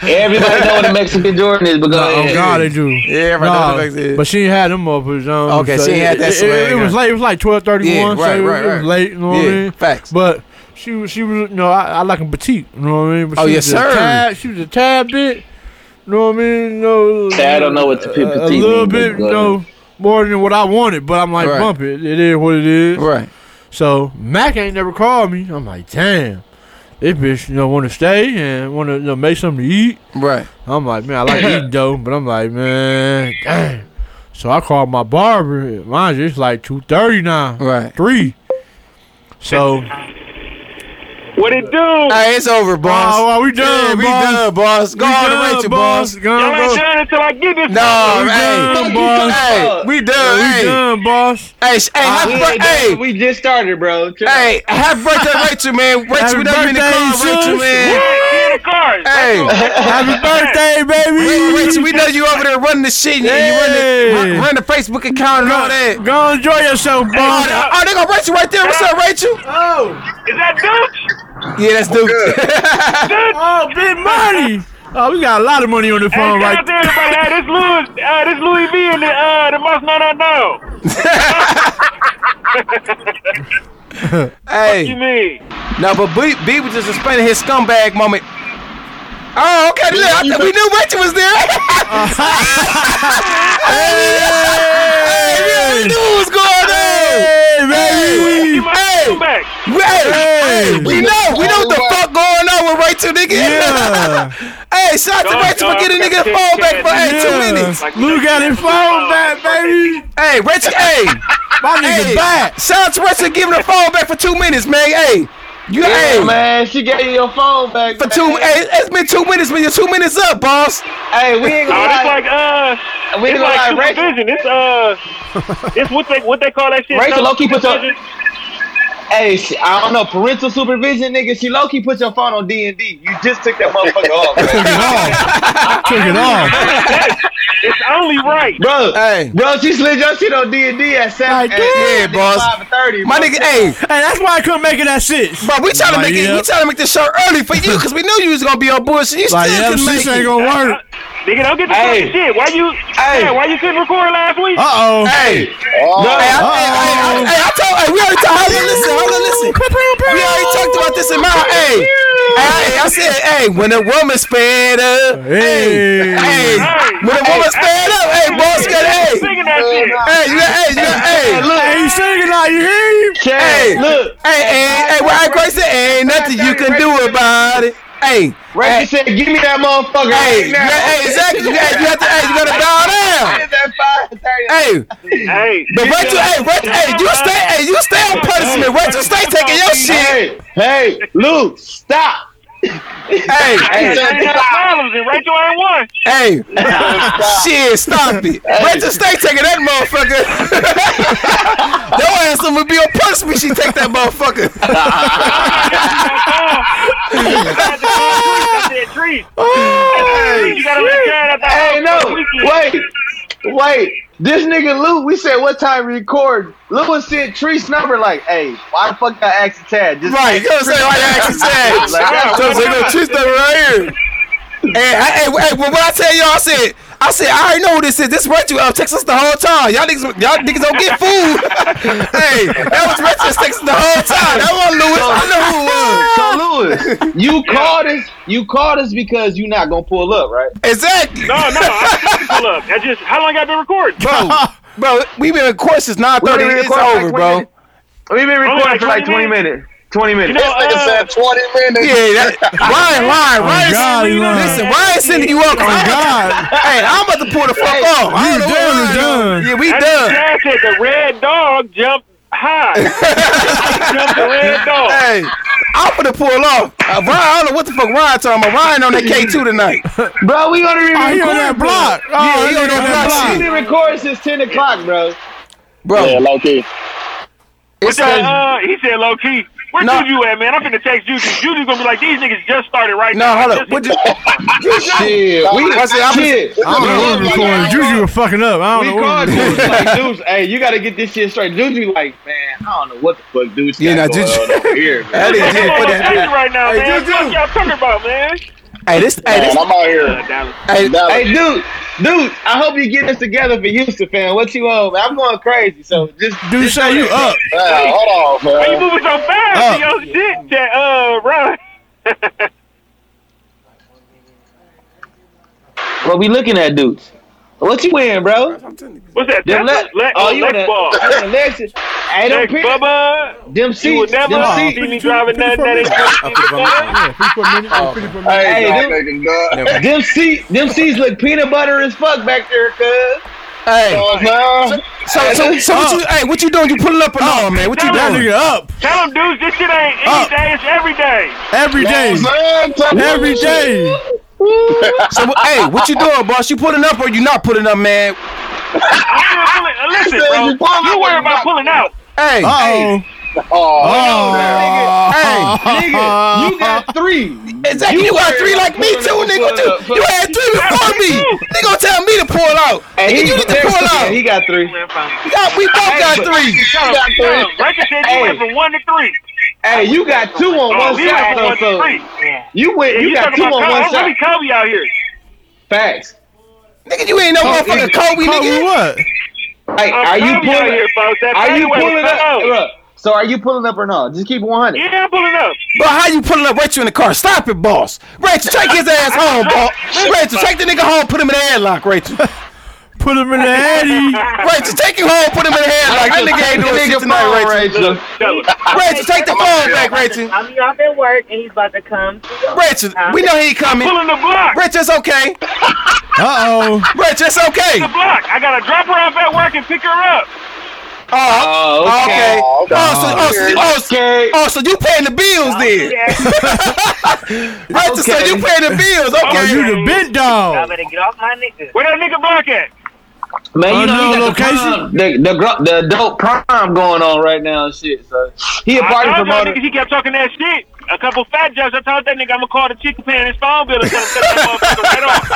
Everybody know what a Mexican Jordan is, but go
Oh
ahead.
God, they do.
Yeah, right.
Nah,
that's what I said.
but she ain't had them motherfuckers on.
Okay, she ain't had that
it, it, it
swag
was
on.
late. It was like twelve thirty one.
Yeah,
so
right,
it-
right,
It
right.
was late. You know what I
Yeah,
mean?
facts.
But she was, she was, you know, I, I like them petite. You know what I mean? But
Oh,
she
yes,
was a
sir.
Tad, she was a tad bit. You know what I mean? No,
Say, I don't know what the
a, a
petite
little
mean,
bit,
but go
you know, more than what I wanted. But I'm like,
Right.
bump it. It is what it is.
right.
So Mac ain't never called me. I'm like, damn, this bitch, you know, want to stay and want to you know, make something to eat.
Right.
I'm like, man, I like eating dough, but I'm like, man, dang. So I called my barber. Mind you, it's like two thirty now,
Right.
Three. So
What it
Oh.
do?
Hey, it's over, boss.
Oh, oh, we done,
Yeah, we
boss.
done, boss. Go
We
all the way
done,
to boss.
Gone, bro.
done until I get this.
No,
We
hey,
done, boss.
hey, we done.
We
hey,
done, boss.
hey, sh- hey, happy
We,
birthday,
ain't
hey,
done- Ah, we just started, bro. Chill out.
hey, happy birthday, Rachel, man. Rachel,
Happy
we done been in the
birthday,
car, Rachel,
sis.
man.
in the car.
Hey,
Happy birthday,
Rachel,
baby.
Rachel, we know you over there running the shit. Yeah, you running,
Hey.
run, run the Facebook account and all that.
Go enjoy yourself,
Oh,
boss.
they- oh, they got Rachel right there. What's up, Rachel?
Oh, Is that Dooch?
Yeah, that's dude.
Oh, big money. Oh, we got a lot of money on the
Hey,
phone
shout
right
out to everybody. Hey, this Louis, uh, this Louis V and the, uh, the Moss 999. You
hey,
mean?
no, but B, B was just explaining his scumbag moment. Oh, okay, look, I, we knew Rachel was there. hey, we knew what was going on.
Hey,
You
baby.
might
Hey.
come back.
Hey,
Hey.
we know, we know what the fuck going on with Rachel, nigga.
Yeah.
hey, shout out to
Dog,
Rachel for
dog,
getting nigga
check,
phone
check,
back for
check.
hey, two minutes.
Yeah. Lou got his phone back, baby.
Hey, Rachel, hey,
My nigga
hey,
back.
shout out to Rachel giving the phone back for two minutes, man. Hey, you, hey,
Yeah, man, she gave you your phone back.
for two,
man.
hey, it's been two minutes, man. Your two minutes up, boss.
Hey, we ain't
Oh,
gonna lie.
it's like uh,
we ain't
it's
gonna lie.
like
Rachel,
supervision. It's uh, it's what they what they call that shit.
Rachel,
Self-
low-key put your-
supervision.
hey, she, I don't know parental supervision, nigga. She low key put your phone on D and D. You just took that motherfucker off,
Took
man.
it off. Took it off.
It's only right.
bro.
Hey.
Bro, she slid your shit on D and D at seven.
Like,
at,
yeah,
at
boss.
5:30,
My
bro.
nigga, hey,
Hey, that's why I couldn't make it at six.
bro, we trying to
Like,
make it, we
yep.
trying to make this show early for you because we knew you was gonna be on bullshit. You
Like,
still
yeah,
couldn't make
six ain't
it.
gonna work.
Nigga, don't get the
Hey.
fucking shit. Why you?
Hey.
Yeah, why you couldn't record last week?
Uh oh.
Hey, Hey, I,
Bro, I-
hey, hey, hey, I told, hey, we already talked. Hold on, listen, hold on, listen. We already talked about this in my hey, hey. I said, hey, when a woman's fed up,
Hey.
hey, hey, when a woman's fed up, hey, boss, get hey,
Singing that shit.
hey, you, hey, you, hey, look,
Hey, you singing out? You hear you?
hey,
look,
hey, hey, hey, well, hey, Grace said, ain't nothing you can do about it, hey.
Rachel said, "Give me that motherfucker
Hey, you,
right now."
hey, exactly. You, hey, you have to, hey, you gotta bow down.
It's at 5:30.
Hey,
Hey,
but Rachel, hey, Rachel, hey, you stay, hey, you stay on punishment. Rachel, stay taking your shit.
Hey, hey, Lou, stop.
Hey,
I
hey,
ain't had problems and Rachel ain't one.
Hey, shit, stop it. Rachel stay taking that motherfucker. Your ass would be on punishment. She take that motherfucker.
I said, Trees. I said, Trees, You gotta let Chad at the
Hey,
house
no,
for the weekend.
wait, wait. This nigga Lou, we said what time we record? Lou was sent Tree's number like, hey, why the fuck I asked Tad? Just
Right, you know what I'm saying? Like that action
Like,
tag.
that's
So I'm saying, no, she's never right here. Hey, I, hey, hey, when I tell y'all, I said, I said, I already know who this is. This Rachel out of Texas the whole time. Y'all niggas, y'all niggas don't get food. hey, that was Rachel out of Texas the whole time. That was Lewis. I know who it was.
So Lewis, you called us. You called us because you not gonna pull up, right?
Exactly.
No, no, I just pull up. I just how long I been recording?
bro, bro, we been in court since nine thirty.
We been in
It's
court for
over,
like
bro.
20 We've been
Only
recording
Oh, like
for like
20
twenty minutes. Twenty
You
minutes.
know, uh,
Twenty minutes.
Yeah, that, Ryan, Ryan, Ryan,
God,
sending-
he lying.
listen, Ryan sending you up.
Oh God.
Hey, I'm about to pull the fuck
Hey,
off. I
you
don't know
done,
why.
you done.
Yeah, we
I
done.
just said the red dog jumped
high. Jump the red door.
Hey, I'm gonna pull off. Uh, Ryan, I don't know what the fuck Ryan talking about. Ryan on that K2 tonight.
Bro, we gonna
Oh, he
record.
on that block. Oh,
Yeah, he on that block.
We
block.
didn't record since ten o'clock, bro.
Bro,
Yeah, low key.
it's
said,
a,
uh, he said low key. Where
No.
Juju at, man? I'm finna text Juju. Juju's gonna be like, these niggas just started right
no,
now.
hold
I
up.
just-
What you,
Shit, we
I said, I'm
shit.
I don't know what was recording. Juju was fucking up. I
We
don't know
called
what was
Deuce like, Deuce, hey, you gotta get this shit straight. Deuce be like, man, I don't know what the fuck Deuce
Yeah,
yeah,
nah,
got
Deuce-
going on over here, man.
that is it.
I'm on
Put
vacation
that-
right now,
Hey,
man.
Juju.
Fuck y'all talking about, man.
Hey, this, hey,
Man,
this,
I'm out
Uh,
here.
Dallas.
hey,
Dallas.
Hey, Deuce, Deuce, I hope you get us together for Houston, fan. What you on? man? I'm going crazy, so just
Dude
just
say you up.
Man, hold on,
Why you
man.
moving so fast to your shit, that, uh, bro?
What we looking at, Deuce? What you wearing, bro?
What's that?
Them
That's
le-
a le-
oh,
oh,
you
leg
in a,
ball.
that's a Lexus. Hey, them
Leg
pit-
Bubba.
them
You would
seats,
never
them
see
seats,
me driving nothing that ain't
Yeah, 54 minutes. yeah, 54 minutes.
Hey,
Hey,
y'all
them-
niggas done.
them seats, them seats look peanut butter as fuck back there, cuz.
hey.
Oh, man.
So, so, so what you, hey, what you doing? You pulling up or no, man? What you
That
doing?
nigga up
Tell them, dudes, this shit ain't any
Oh.
Up.
day, it's every day.
every day.
Man, tell me
Every
what
day.
So, wh- hey, what you doing, boss? You pulling up or you not pulling up, man?
I'm not pulling,
said
uh,
you
listen, bro,
pulling
you
up
worry
or
about
not.
pulling out.
Hey,
Uh-oh.
you- Oh,
Oh.
Nigga, you got three.
exactly. You got three like me too, nigga. What You, you had three before me. They gonna tell me to pull out.
And
Nigga, you need to pull out.
He got three.
God, we both got three.
Shut up, shut up. Record said you
Hey.
went from one to three.
Hey, you got two on
Oh,
one
we went
side,
from
though,
one to
so
three.
you
Yeah,
went. You
you
got
talking
two on
about
one
Kobe. Only
side.
Kobe out here.
Facts.
Nigga, you ain't no motherfucking Kobe,
Caught with
nigga.
what?
Hey,
Um,
are you
Kobe out
pulling?
here, folks. That
Are you
Kobe was
pulling
cut
up?
out.
Look, So are you pulling up or no? Just keep it one hundred.
Yeah, I'm pulling up.
But how you pulling up Rachel in the car? Stop it, boss. Rachel, take his ass home, boss. Rachel, take the nigga home, put him in the headlock, Rachel.
Put him in the Addy.
Rachel, take him home, put him in the headlock. That nigga ain't doing shit tonight, Rachel.
Rachel.
Tell us.
Rachel, take the phone back, Rachel.
I'm off at work and he's about to come.
Rachel, we know he ain't coming.
Pulling the block.
Rachel, it's okay.
Uh-oh.
Rachel, it's okay.
the block. I gotta drop her off at work and pick her up.
Oh,
Oh,
okay.
okay.
Oh, so, oh, so, oh, so,
Okay.
oh, so you paying the bills then? Rachel, so
Okay.
you paying the bills?
Oh,
Okay.
you the big dog.
better get off my nigga.
Where that nigga block at?
Man, you know
Unknown
you got
location?
the, the, the, gro- the dope prime going on right now and shit. So he a party
I told y'all
promoter.
niggas he kept talking that shit. A couple fat jokes. I told that nigga I'm gonna call the chicken pan and phone bill and tell him to cut that motherfucker right off.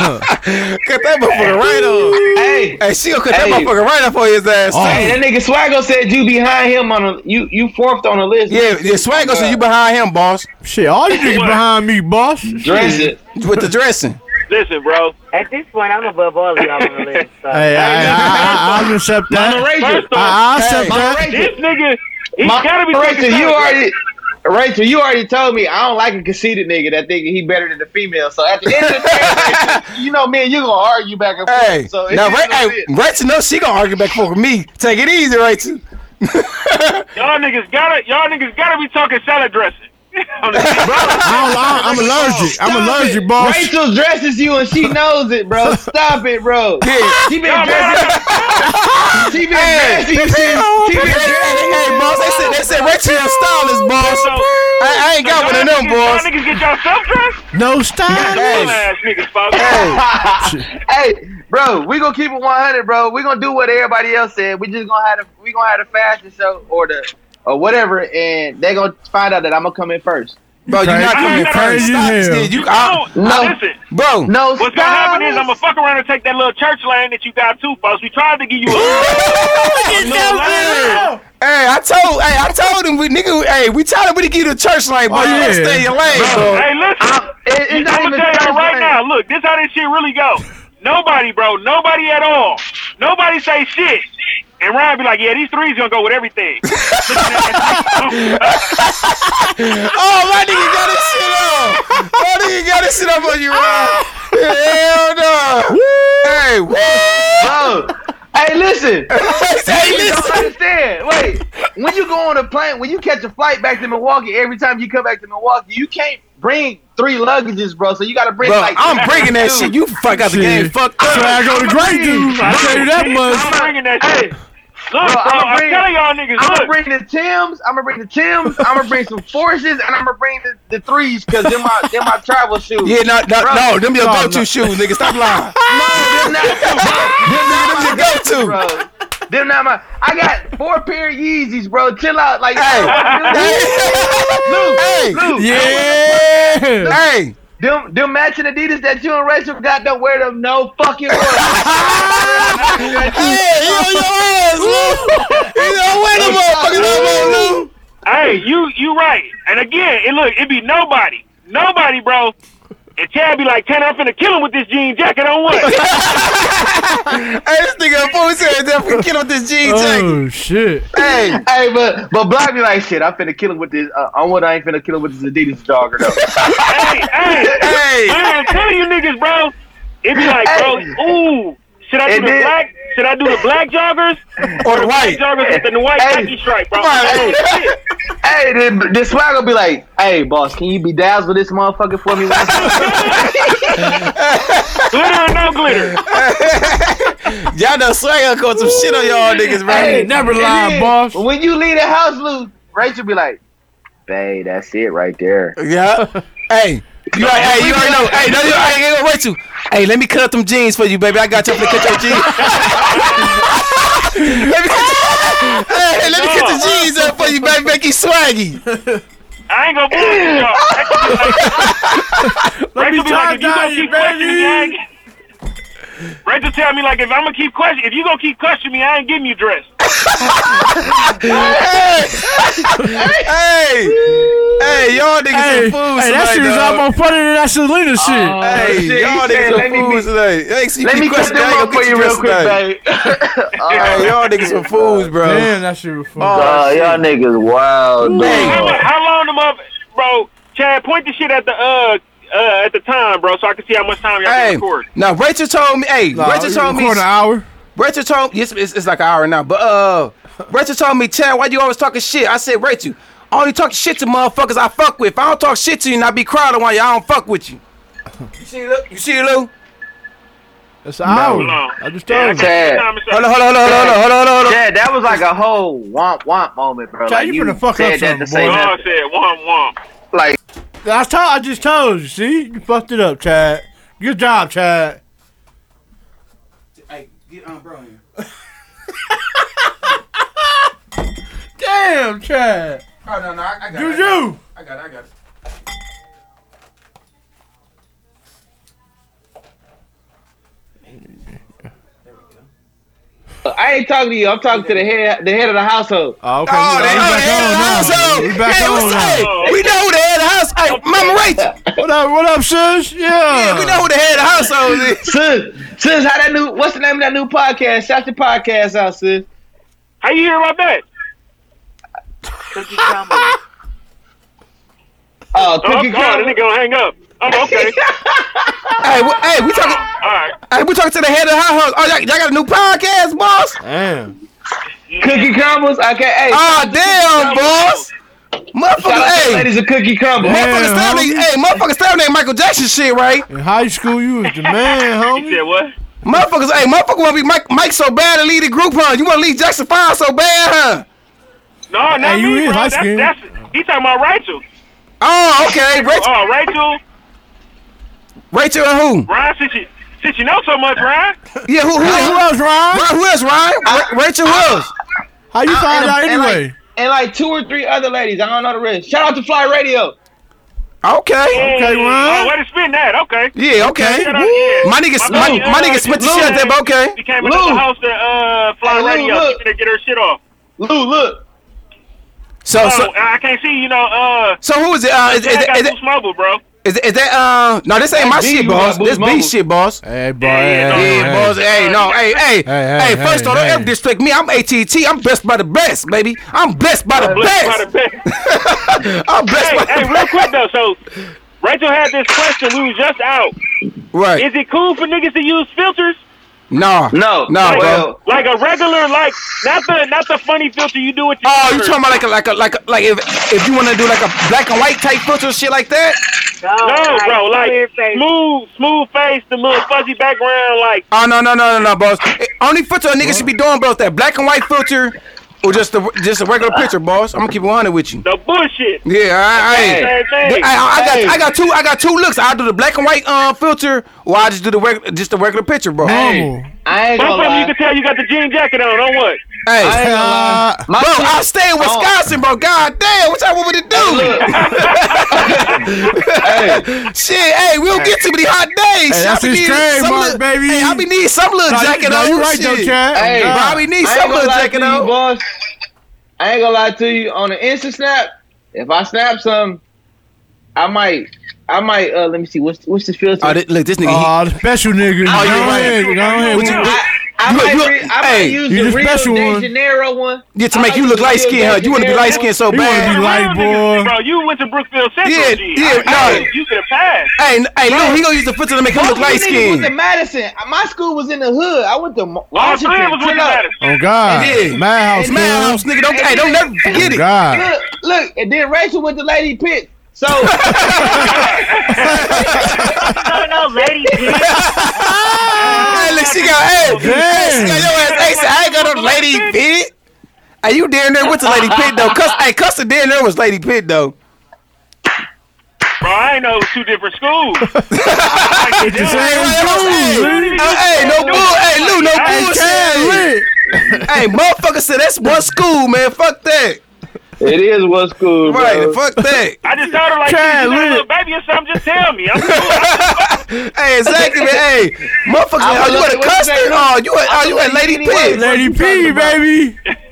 Cut that motherfucker right off.
Hey,
Hey, she gonna cut that
Hey.
motherfucker right off on his ass.
Oh.
hey, that nigga Swaggo said you behind him on a you you fourth on the list.
Yeah, yeah, Swagger, so you behind him, boss,
Shit, all you niggas behind me, boss.
dress it.
with the dressing.
Listen, bro.
At this point, I'm above all of y'all on the list. So.
Hey, I, I, I, I'll accept
Mama
that.
Rachel,
First off,
I, I'll accept
Hey.
that.
this
Rachel,
nigga, he
Ma-
gotta be
Rachel,
talking
you
about-
already. Rachel, you already told me I don't like a conceited nigga that think he better than the female. So at the end of the day, Rachel, you know, me and you gonna argue back and forth.
Hey,
so it
now
is
Ra-
what it
hey,
is.
Rachel knows she gonna argue back and forth with me. Take it easy, Rachel.
Y'all niggas gotta, y'all niggas gotta be talking salad dressing. On the-
I don't, I, I'm allergic. I'm
Stop
allergic,
it.
boss.
Rachel dresses you and she knows it, bro. Stop it, bro. She been
Y'all mad
dressing.
at me?
She been
Hey,
dressing you.
hey,
She, she been
hey, boss, they said they said Rachel your stylist, boss.
So-
I, I ain't got one of them,
Y'all niggas-
boss.
Y'all niggas get y'all self dressed?
No style.
Hey.
ass niggas, folks.
Hey,
hey, bro, we gonna keep it 100, bro. We gonna do what everybody else said. We just gonna have a we gonna have a fashion show or the or whatever, and they gonna find out that I'm gonna come in first.
bro, you not coming
You
first.
crazy
Stop
as hell.
it. You,
No,
I,
no.
listen.
bro.
No,
What's gonna happen is I'm gonna fuck around and take that little church lane that you got too, folks. We tried to give you a
Hey, I told, hey, I told him, we nigga, hey, we told him we to give you the church lane, but
Oh,
you better
yeah.
stay in your lane, bro.
Hey, listen.
It, it's
I'm
not
gonna
even
tell y'all
Thursday.
right now. Look, this how this shit really go. Nobody, bro. Nobody at all. Nobody say shit. And Ryan be like, yeah, these threes gonna go with everything.
Oh, my nigga got his shit up. My nigga got his shit up on you, Ryan. Hell no. Hey, what?
Bro, hey, listen.
Hey,
You don't
listen.
understand. Wait, when you go on a plane, when you catch a flight back to Milwaukee, every time you come back to Milwaukee, you can't bring three luggages, bro. So you gotta bring
Bro,
like
I'm bringing that
Dude.
shit. You fuck out the game.
Shit.
Fucked up.
Swag on the great dude. I tell you that
I'm
much.
bringing that shit. Look, bro, I'm telling y'all niggas,
I'm
look.
gonna bring the Tims. I'm gonna bring the Tims. I'm gonna bring some forces, and I'm gonna bring the, the threes because they're my they're my travel shoes.
Yeah, no, no,
Bro,
no, them your go-to shoes, nigga. Stop lying.
No, they're not.
them, your go-to.
bro. Them not my. I got four pair of Yeezys, bro. Chill out, like.
Hey.
Lou,
Hey,
Lou,
yeah. Hey,
Them, them matching Adidas that you and Rachel got don't wear them no fucking way.
hey, you on your ass, Lou. You don't wear the motherfucking elbow, Lou.
Hey, you you right. And again, it look, it be nobody. Nobody, bro. And Chad be like, Tanner, I'm finna kill him with this jean jacket on what?
Hey, this nigga, before we said that, we get on this jean jacket.
Oh shit!
hey, hey, but but block me like shit. I'm finna kill him with this. Uh, on what I ain't finna kill him with this Adidas jogger though.
hey, hey,
Hey,
man, I'm telling you niggas, bro. It be like, bro, ooh, should I do
And
the
then-
black should I do the black joggers?
or the
Black
white.
joggers with the white
Hey.
Nike stripe, bro.
Right.
hey, then this swagger be like, hey, boss, can you be dazzled with this motherfucker for me? one time?"
glitter or no glitter.
Y'all done swag up on some shit on y'all niggas, bro.
Hey,
never
and
lie,
then
boss.
When you leave the house, Lou, Rachel be like, babe, that's it right there.
Yeah. Hey. You already, hey, you already know. Hey, no, you already ain't gonna wait you. Hey, let me cut up them jeans for you, baby. I got you. I'm gonna cut your jeans. let me cut your, hey, let me cut the jeans up for you, baby. Make you swaggy.
I ain't gonna bullshit y'all. Rachel be like, Rachel be like, if you gonna keep questioning me, I ain't... Rachel tell me like, if I'm gonna keep questioning, if you gonna keep questioning me, I ain't getting you dressed.
Hey, hey, hey, y'all niggas
Hey, hey,
some fools
that
tonight,
shit is
dog.
almost funny than that Selena shit.
Hey,
shit, he
y'all niggas
said, "Let
some
me
fools today. Thanks, you
Let
keep
me cut
questioning
them
I ain't
up
gonna
for
get
you real quick,
today.
babe. All
Hey,
right.
y'all niggas some fools, bro.
Damn, that shit was funny.
Uh,
Oh, y'all niggas wild,
How,
man.
mu- how long the mother, bro? Chad, point the shit at the uh, uh at the time, bro, so I can see how much time y'all
Hey,
can record.
now Rachel told me. Hey,
Nah,
Rachel
we
told me.
recording an hour.
Rachel told me it's, it's, it's like an hour now, but uh, Rachel told me, Chad, why you always talking shit? I said, Rachel, I only talk shit to motherfuckers I fuck with. If I don't talk shit to you and I be crying around you, I don't fuck with you. You see, Lou? You see, Lou?
That's an hour.
Hold on.
I just
Yeah,
told
I
you.
can see
Chad.
the time and
Hold
say-
on, hold on, hold on, hold on, hold on, hold on.
Yeah, that was like a whole womp womp moment, bro.
Chad,
Like,
you finna fuck
said
up
that
something,
to say
boy.
Ron
nothing.
said, "Womp womp."
Like,
I told. I just told you. See, you fucked it up, Chad. Good job, Chad.
Hey, get on, bro.
Damn, Chad.
Oh no, no, I, I got
Do you?
I got it, I got it.
I ain't talking to you. I'm talking to the head, the head of the household.
Oh, okay.
Oh,
we
they
back on now. We
oh, they had the household.
back
Hey,
on
what's
now.
up? We know who the head of the house. Hey, Mama Rachel.
What up? What up, sis? Yeah.
Yeah, we know who the head of the household is.
Sis, sis, how that new? What's the name of that new podcast? Shout your podcast out, sis.
How you hear about that?
Oh,
Oh,
Cookie
I'm calling. The
Cowboy.
nigga gonna hang up. Oh, okay.
hey, we, hey, we talking.
All right.
Hey, we talking to the head of the house. Oh, y'all, y'all got a new podcast, boss?
Damn.
Cookie Crumbles. Okay, hey,
Oh, damn, boss.
shout
Motherfucker,
out to the
hey.
ladies of Cookie Crumble.
Yeah.
Motherfucker style
homie.
nigga, hey, motherfucker style named Michael Jackson shit, right?
In high school, you was the man,
He said
homie.
what?
Motherfuckers, hey, motherfucker wanna be Mike, Mike so bad to lead the group, huh? You wanna lead Jackson 5 so bad, huh?
No, not
you
me,
is
bro.
light
That's,
skinned.
that's he talking about Rachel.
Oh, okay. Rachel,
Oh, Rachel.
Rachel and
Ryan, since you since you know so much, Ryan.
who? Yeah, who, who,
Hey, who
who,
else, Ron?
Ryan, who else, Ryan? Ra- Rachel Wills.
How you find
and,
out
and like-
anyway?
and like two or three other ladies. I don't know the rest. Shout out to Fly Radio.
Okay.
Okay, Ron.
Oh, way to spin that. Okay.
Yeah, okay.
Shut up, yeah.
My nigga,
My
my,
boy,
my
uh,
nigga Smith the
Lou.
shit up, but okay.
She came
Lou.
into the house to uh, fly
Hey, Lou,
radio.
look.
She finna get her shit off.
Lou, look.
So,
Oh,
so,
I can't see. You know, uh,
so who is it? Uh, is, is,
I got
is,
Boost Mobile, bro.
is, is, is that, uh, no, this ain't my
B,
shit,
you got
boss. This B
Boost
shit, boss.
Hey, boy.
Yeah,
hey,
Yeah,
Hey,
boss. Hey, no, hey, hey, hey,
hey,
first
hey,
of all, don't
hey.
ever disrespect me. I'm ATT. I'm blessed by the best, baby. I'm blessed by the
Blessed by the
best.
best.
I'm blessed
hey,
by
hey,
the
real
best.
quick though. So, Rachel had this question. We was just out.
Right.
Is it cool for niggas to use filters?
No.
No.
No,
like,
bro.
like a regular, like not the not the funny filter you do with your.
Oh, you talking about like a like a like a, like if if you want to do like a black and white type filter shit like that?
No,
No, bro,
clear
like
face.
smooth, smooth face, the little fuzzy background, like
Oh no no no no no, boss. Eh, only filter a nigga should be doing, bro, is that black and white filter or just the just a regular picture, boss. I'm gonna keep it honest with you.
the bullshit.
Yeah, I, I,
Same
I,
thing.
I got I got two I got two looks. I do the black and white um filter, or I just do the reg- just the regular picture, bro. Hey,
Normal.
I ain't
Both
gonna
of them, you
lie.
can tell you got the jean jacket on. On what?
I ain't gonna lie.
Ah,
My
bro,
shit-
I stay in Wisconsin, bro. God damn, what y'all want me to do? Shit, hey, we don't get too many hot days.
Hey,
Shit, I
that's
be
his
needing
trademark,
some little-
baby.
Hey, I be need some little
nah,
jacket
nah,
on.
you right
shit.
though, Chad.
Hey,
Nah.
Bro, I be need
I ain't
some
gonna
little
lie to
jacket
you,
on.
boss. I ain't gonna lie to you on the Insta snap. If I snap some, I might, I might. Uh, let me see. What's what's the filter?
Oh, thi- look, this nigga. he-
Aw, the special nigga. Go
Oh, you right.
ahead, go ahead.
What you-
What-
I, I
You-
might,
you-
re- I
hey,
might use
you the
the, Rio
special
de
one.
Janeiro one.
Yeah, to
I
make
might
you
use
look
the
light
Rio
skinned,
de
huh? You want to be
Janeiro
light skinned so
He wanna
bad.
be light.
Real
boy.
niggas, bro. You went to Brookfield Central.
Yeah,
G.
yeah,
I- I-
no.
you could have passed.
Hey, n- hey, Lou, he gonna use the filter to make him
one.
look
Both of
light
you niggas went to
skinned.
Madison. My school was in the hood. I went to Ma-
All three
Washington.
of us
Turn
looking
up.
at us.
Oh God,
Yeah.
madhouse,
And
man.
Madhouse, nigga, don't hey, don't never forget
Oh,
it.
God,
Look, look, and then Rachel went to Lady Pitt. So
No, no, lady.
Hey, look, she got hey,
Damn.
she got your ass. Hey, I ain't got no lady pit. Hey, you damn near went to Lady Pitt though. Cus, hey, Custer damn near was Lady Pitt though.
Bro, I ain't know it was two different schools.
Hey,
same
hey, hey, no bull, hey, Lou, no bullshit. Hey, motherfucker said that's one school, man. Fuck that.
it is one school,
Right, fuck that.
I just told her like,
Chad,
you got a little
look.
baby or something. Just tell me. I'm cool.
Hey, exactly, man. Hey, motherfuckers,
I'm
oh, you
looking-
at a
what's
Custer?
that
Oh, you at, oh,
I'm
you at
looking
Lady
anyway.
Pitt?
Lady
What you talking
P,
about?
baby.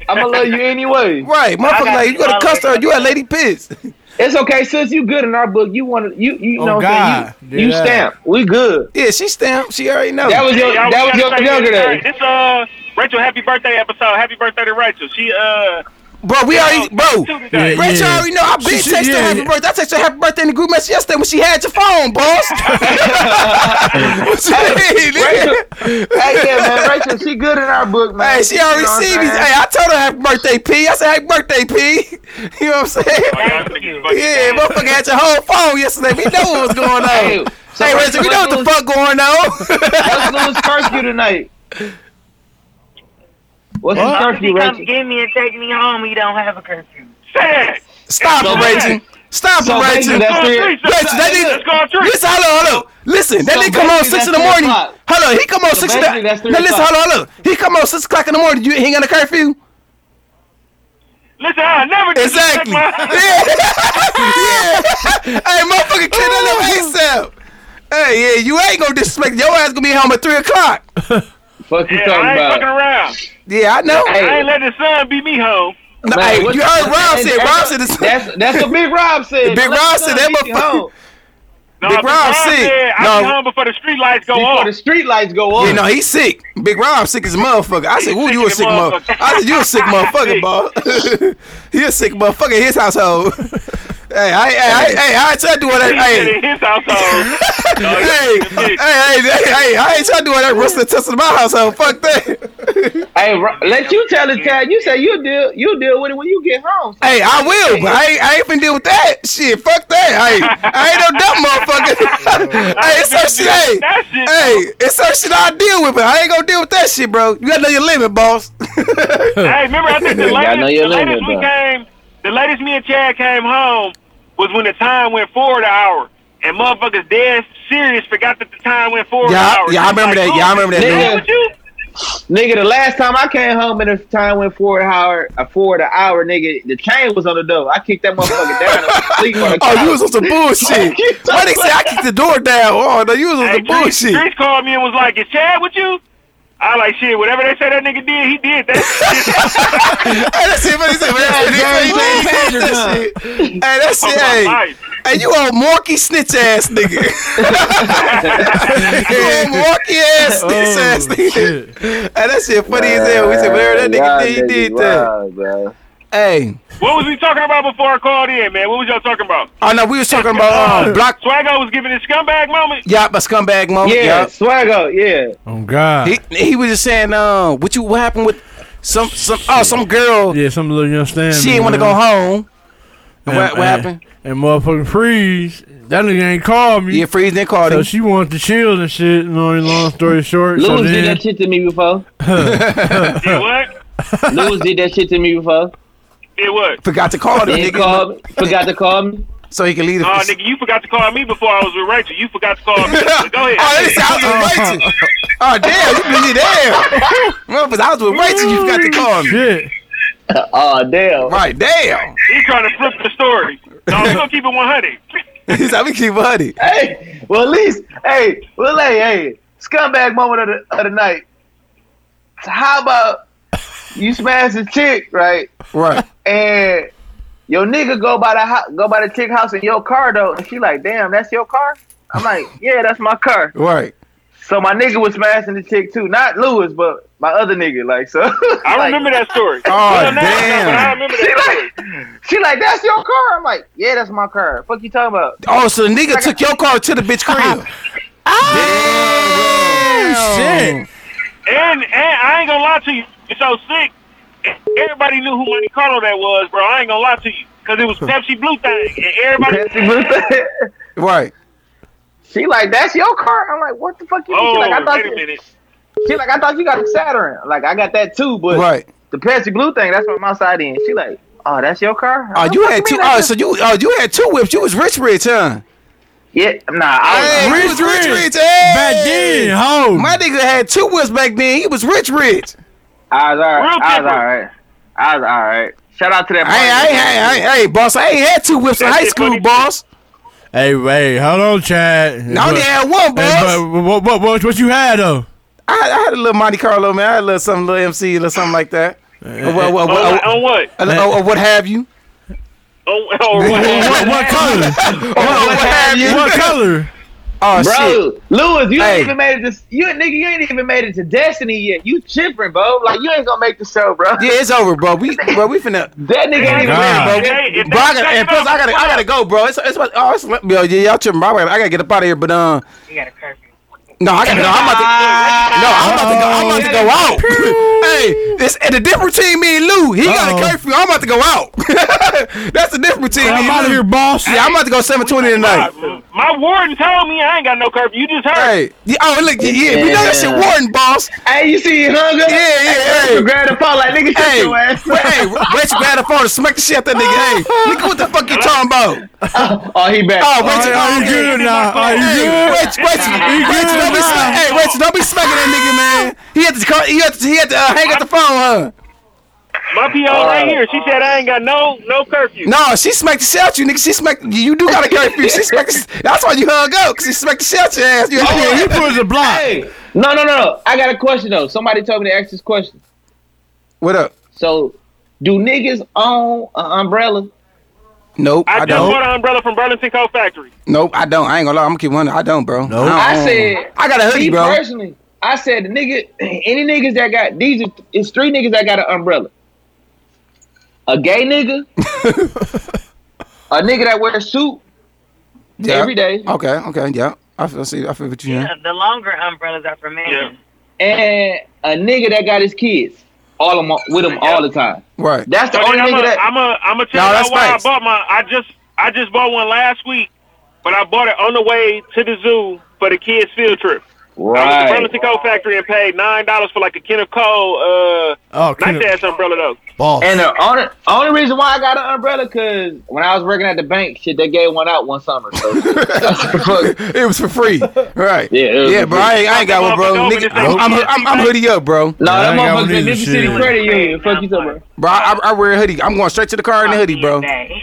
I'ma love you anyway.
Right, motherfucker,
got
like,
you.
you at a
I'll
Custer?
wait.
or You at Lady Pitt's?
It's okay, sis. You good in our book. You want to, you you
Oh,
know what I'm
God.
saying? You, you
Yeah.
stamp. We good.
Yeah, she stamped. She already know.
That was your
Y'all,
that was
we
your
gotta
younger
say
day.
This uh, Rachel, happy birthday episode. Happy birthday to Rachel. She uh,
bro, we already, bro.
two today.
Yeah,
Rachel already know. I been
She- she-
texting her
yeah,
happy
yeah.
birthday. I texted her happy birthday in the group message yesterday when she had your phone, boss. what you mean,
Rachel,
nigga?
hey, yeah, man, Rachel, she good in our book, man.
Hey, she
You
already
know what
see
I'm
me.
saying?
Hey, I told her happy birthday, P. I said happy birthday, P.
Oh,
You know what I'm saying?
Thank you.
Yeah, motherfucker had your whole phone yesterday. We know what was going on.
Hey,
Hey,
so
Rachel, we know what the
what's
fuck going on.
What's Louis' curfew tonight? What's his
What?
If he
curfew,
comes
Rachel?
get me and take me home, he don't have a curfew.
Sad.
Stop
So
it, Rachel. Stop
So
it, Rachel.
basically, that's
Let's go on
three.
three, sis.
Rachel, that
Let's go on three.
Listen, hold on, hold on. Listen, that
So
nigga come on
basically,
six in the
that's
morning.
three o'clock.
Hold on, he come on six in the
basically, that's three
Now listen,
o'clock.
hold on, hold on. He come on six o'clock in the morning. You ain't got a curfew?
Listen, I never disrespect
Exactly.
my-
Yeah. yeah. Hey, motherfucker, clean that up ASAP. Hey, yeah, you ain't gonna disrespect. Your ass gonna be home at three o'clock.
Fuck you talking
Yeah, I ain't
about?
fucking around.
Yeah, I know.
Hey,
I ain't letting the sun beat me home.
No,
Man,
hey,
what-
you heard
what-
Rob said.
that's-
Rob said this.
That's that's what Big Rob said.
Big Rob said that motherfucker-
No,
Big
if
Rob sick.
said, I
No.
be home before the street lights go
Before
off.
the street lights go
Yeah,
on.
Oh, no, he's sick. Big Rob sick as a motherfucker. I said, "Ooh, you a
Sick as
sick motherfucker."
a motherfucker.
I said, "You a sick motherfucker, boss. he a sick motherfucker in his household." hey, I, I, I, hey, I ain't trying to do all that.
He said
Hey,
in his household. No, he
hey,
said
hey, hey,
sick.
hey, hey, I ain't trying to do all that wrestling test in my household. Fuck that.
Hey, Ro- let you tell it, Tad. You say you deal you deal with it when you get home.
hey, I will, but I, ain't- I ain't finna deal with that shit. Fuck that. Hey, I ain't no dumb motherfucker. hey, it's her shit. Hey,
That shit.
hey, it's her shit. I deal with, but I ain't gonna deal with that shit, bro. You gotta know your limit, boss.
Hey, remember I think the
Y'all
latest,
know
the
your
latest
limit,
we
bro.
came, the latest me and Chad came home was when the time went forward an hour, and motherfuckers dead serious forgot that the time went forward
Yeah,
an hour.
yeah, I
They was
remember that.
like, "Oh,
Yeah, I
"Ooh,
remember that.
what's
nigga.
wrong with you?"
Nigga, the last time I came home and the time went forward hour uh, forward an hour, nigga, the chain was on the door. I kicked that motherfucker down and was asleep on the couch.
Oh, you was on some bullshit. Why they say I kicked the door down? Oh, no, you was on
Hey,
some
Chris,
bullshit.
Chris called me and was like, "Is Chad with you?" I like shit. Whatever they say that nigga did, he did that.
Hey, that's it. That's it. That's it. That's it. That's it. Hey, that's
shit.
it. Hey, hey, you old Morky snitch ass nigga. you old Morky
Oh,
ass snitch ass nigga. Hey, that shit funny as hell. We said whatever that nigga did, he did that. Hey,
What was we talking about before I called in, man? What was y'all talking about?
oh no, we was talking about um, block.
Swaggo was giving his scumbag moment.
Yeah, a scumbag moment.
Yeah,
Yeah,
Swaggo, yeah.
Oh God.
he, he was just saying, um, what you what happened with some some oh some girl?
yeah, some little young stand.
She didn't want to go home. And what, what happened?
And motherfucking freeze. That nigga ain't called me.
Yeah, freeze didn't call
So
him.
she wanted to chill and shit. And only long story short, so
Lewis did
then,
that shit to me before.
Did what?
Lewis did that shit to me before.
Did what?
Forgot to call him.
Didn't
Nigga,
call me. Forgot to call me.
so he could leave. The,
Oh, nigga, you forgot to call me before I was with Rachel. You forgot to call me. But go
Oh,
ahead.
they said I was
Uh-huh.
with Rachel. Oh, damn, you busy there. Motherfuckers, I was with Rachel. You forgot to call me.
shit.
Oh damn.
Right, damn.
He trying to flip the story. No, I'm gonna keep it 100.
He's like, we keep honey.
Hey, well at least, hey, well hey, hey, scumbag moment of the of the night. How about you smash the chick right,
Right.
and your nigga go by the hou- go by the chick house in your car though, and she like, damn, that's your car. I'm like, yeah, that's my car.
Right.
So my nigga was smashing the chick too, not Lewis, but my other nigga. Like so,
I remember that story.
Oh,
No, no, no, but I
damn.
remember
She
that story.
like, she like, that's your car. I'm like, yeah, that's my car. Fuck you talking about?
Oh, so the nigga took your car to the bitch crib.
Oh,
Shit.
Damn.
And, and I ain't gonna lie to you. It's so sick. Everybody knew who Monte Carlo that was, bro. I ain't gonna lie to you. Because it was Pepsi Blue thing. And everybody.
Right.
she like, that's your car. I'm like, what the fuck you? mean?
Oh,
she like, I thought
wait a
you,
minute.
she like, I thought you got a Saturn. Like, I got that too, but
Right.
the Pepsi Blue thing, that's from my side end. She like, oh, that's your car.
Oh,
I'm
you
like,
had
what
two.
mean
Oh,
that's
so you. Oh, you had two whips. You was rich, rich, huh?
your- yeah, nah, I
Hey,
was,
you was rich, rich. Hey.
Back then, ho.
My nigga had two whips back then. He was rich, rich.
I was all right.
Real
I was
people.
all right. I was all right. Shout out to that.
Hey, hey, hey, hey, hey, boss. I ain't had two whips in high school, boss.
hey, wait, hold on, Chad.
I only had one, boss.
but, but what, what, what, what you had though?
I, I had a little Monte Carlo, man. I had a little something, little MC, little something like that.
Uh,
Or what- what-
On,
what-
on what?
or- or- or what have you?
On, on
What,
what?
what, what color?
Or what have you?
What color?
Oh, shit.
Bro, Lewis, you
Hey.
ain't even made it to you nigga, you ain't even made it to Destiny yet. You chipping, bro. Like you ain't gonna make the show, bro.
Yeah, Oh, it's over, bro. We, bro, we finna.
That nigga ain't even
God.
made it, bro.
If they- if they
Bro, I gotta,
check
and
it
plus,
out,
I gotta, I gotta go, bro. It's, it's, what- oh, it's, yo, yeah, y'all tripping, bro. I gotta, I gotta get up out of here, but um,
You got a curfew.
no, I gotta, no, I'm about to, no, I'm about to go, I'm about to go out. hey, it's and the difference between me and Lou. He got
Oh. Uh-oh.
a curfew. I'm about to go out. That's the difference between
I'm
me and
out of
Lou.
here, boss.
Yeah, I'm about to go 720 tonight.
My warden told me I ain't got no curfew. You just
Hey,
heard.
yeah, oh look, yeah, yeah, we know that shit, Warden, boss.
Hey, you see you hung up?
Yeah, yeah,
You
hey.
grabbed the phone like nigga shut
Hey,
your ass.
wait, hey, Rachel grabbed the phone and smacked the shit out that nigga. Hey, nigga, what the fuck you talking about?
oh, he back.
All
Oh,
right,
Rachel, oh,
are you
yeah.
good now? Are you
Hey,
good?
Rachel, Rachel,
You
Rachel,
good
don't be
now?
smacking. Hey, Rachel, don't be smacking that nigga, man. He had to call. He had to. He had to uh, hang up the phone. Huh?
My PO right here. She said I ain't got no no curfew.
No, she smacked the shit out you, nigga. She smacked. You do got a curfew. She smacked. The, that's why you hung up, cause she smacked the shit out your ass. You,
Yeah, he put the block.
Oh, Hey. No, no, no, no. I got a question though. Somebody told me to ask this question.
what up?
So do niggas own an umbrella?
Nope,
I,
I,
just
don't.
bought an umbrella from Burlington Coat Factory.
Nope, I don't. I ain't gonna lie. I'm gonna keep one. I don't, bro.
Nope.
don't
I
own-
said-
I got a hoodie,
Me
bro.
personally, I said the nigga, any niggas that got these, are- it's three niggas that got an umbrella. A gay nigga, a nigga that wears a suit
Yeah.
every day,
Okay, okay, yeah. I feel, I see. I feel what you mean.
Yeah, the longer umbrellas are for men.
Yeah.
and a nigga that got his kids, all of them with him all the time.
Right.
That's the
But
only
then I'm
nigga
a,
that.
I'm a, I'm a tell
No,
y'all
that's
why
facts.
I bought my. I just, I just bought one last week, but I bought it on the way to the zoo for the kids' field trip. I went to
Right.
Burlington Coat Factory and paid nine dollars for like a Kenneth Cole, uh,
Oh,
nice
Kenneth,
ass umbrella though.
boss.
uh,
And the only, only reason why I got an umbrella, cause when I was working at the bank, shit, they gave one out one summer. So
it was for free. Right.
Yeah, it was
yeah,
for
bro.
free.
I ain't, I ain't got one, bro.
Motherfucker,
Nigga,
don't
I'm, I'm, I'm, I'm hoodie up, bro.
no,
I
that
ain't got one
motherfucker's at
either,
Mississippi City
shit.
Credit Union. Fuck you, talking about?
Bro, I, I wear a hoodie. I'm going straight to the car in the hoodie, bro.
Day.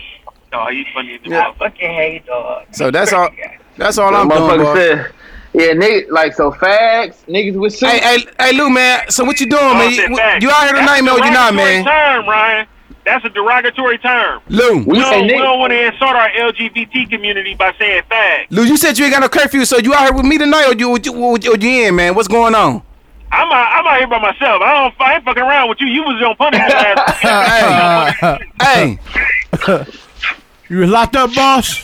No, he's funny as
I
well.
fucking hate dog.
So that's all. That's all
That
I'm doing,
motherfucker
bro.
said, yeah, nigga, like so fags, niggas with suits.
Hey, hey, hey, Lou, man. So what you doing, man?
Austin,
You,
Oh, facts.
you out here
That's
tonight,
a
man? Or you not,
derogatory
man?
Term, Ryan. That's a derogatory term.
Lou,
we
We
say
don't, we
nigga.
don't want to insult our LGBT community by saying fag.
Lou, you said you ain't got no curfew, so you out here with me tonight, or you, or you, or you in, man? What's going on?
I'm out, I'm out here by myself. I don't. I ain't fucking around with you. You was on punishment last week.
hey, you was locked up, boss.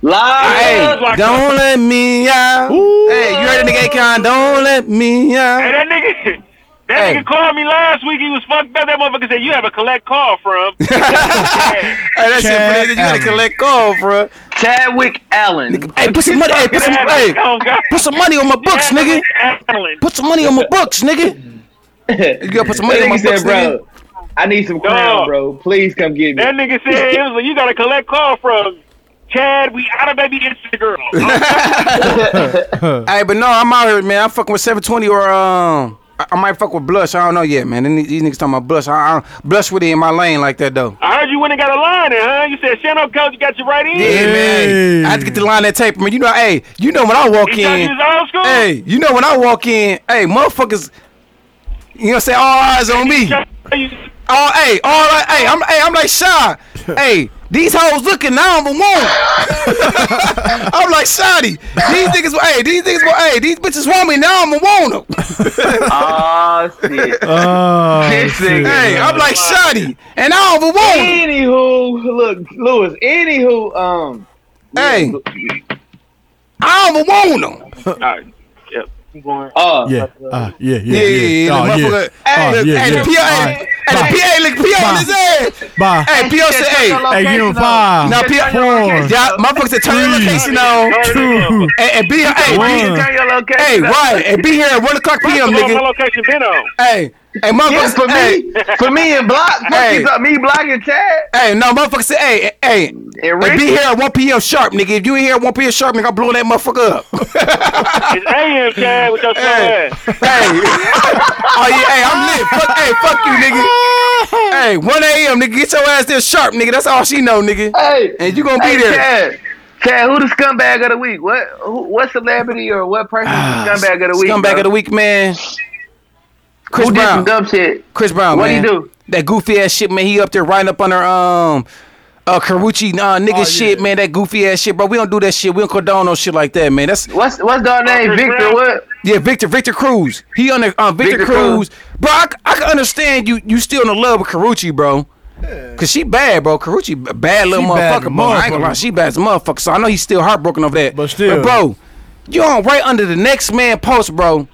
Hey, don't let me out. Hey, you heard the nigga Akon? Don't let me out.
Hey, that nigga. That nigga called me last week. He was fucked up. That motherfucker said, "You have a collect call from."
Hey, that shit, nigga, you gotta collect call, bro.
Chadwick Allen.
Hey, put some money. Hey, put some. Hey, put some money on my books, nigga. Put some money on my books, nigga. You gotta put some money on my
That nigga
books,
said, bro,
nigga.
I need some crown, bro. Please come get me.
That nigga said, it was like, "You got a collect call from Chad. We out of baby Instagram."
hey, but no, I'm out here, man. I'm fucking with 720 or um, I, I might fuck with Blush. I don't know yet, man. These, these niggas talking about Blush. I, I don't Blush with it in my lane like that though.
I heard you went and got a line in, huh? You said, "Shut up, coach. You got you right in."
Yeah, man. I had to get the line that tape. Man, you know, hey, you know when I walk
He thought you
in.
was old school?
Hey, you know when I walk in. Hey, motherfuckers. You know, what I'm saying all eyes on me. Oh, hey, all right, hey, I'm, hey, I'm like shy. Hey, these hoes looking, I don't even want. 'em. I'm like shoddy. These niggas, hey, these niggas, hey, these bitches want me now. I'm gonna want them.
Oh, shit.
Oh,
This nigga.
Hey, I'm like shoddy, and I don't even want. 'em.
Anywho, look, Lewis. Anywho, um,
Hey, I don't even want them.
All right. Yep.
You going?
uh,
yeah, uh, yeah, yeah,
Yeah, yeah, yeah.
Oh,
the
yeah.
motherfucker- Hey,
Oh,
look,
yeah,
hey,
yeah.
the PA,
All right.
hey, the PA, look, PA on his ass.
Bye.
Hey, PO said, hey,
Hey, you in
um,
five,
now PO,
Four.
yeah, motherfucker said, turn your
Three.
location on,
Turn it up.
two,
and, and be, hey,
one.
your location.
hey, right, and be here at one o'clock
First
p.m.,
of all, my
nigga.
location been on.
Hey, hey,
Yeah, for
motherfucker, hey,
me, for me and block, fuck
Hey.
you, talk- me blocking Chad
hey, no, motherfucker said, hey, hey,
and
hey,
Rick.
be here at one p.m. sharp, nigga. If you ain't here at one p.m. sharp, nigga, I'm blowing that motherfucker up.
It's AM, Chad, with your slow
Hey.
ass.
Hey, oh yeah, hey, I'm lit. Fuck, hey, fuck you, nigga. Hey, 1 a.m. nigga, get your ass there sharp, nigga. That's all she know, nigga.
Hey,
And you gonna be
hey,
there.
Chad. Chad, who the scumbag of the week? What who, what celebrity or what person is the scumbag of the week?
Ah, Scumbag
bro?
of the week, man. Chris
Who did
Brown.
some dumb shit?
Chris Brown,
What'd
man.
he do?
That goofy ass shit, man. He up there riding up on her um uh Karuchi nah nigga shit, man. That goofy ass shit, bro. We don't do that shit. We don't condone no shit like that, man. That's
What's what's dog name?
Chris
Victor?
Brown?
What?
yeah, Victor, Victor Cruz. He on the uh, Victor,
Victor
Cruz. Bro, I, c- I can understand you you still in the love with Karuchi, bro. Cause she bad, bro. Karuchi b- bad little
She bad
motherfucker, bro. I ain't gonna lie,
motherfucker.
she bad as a motherfucker. So I know he's still heartbroken over that.
But still.
bro, you on right under the next man post, bro.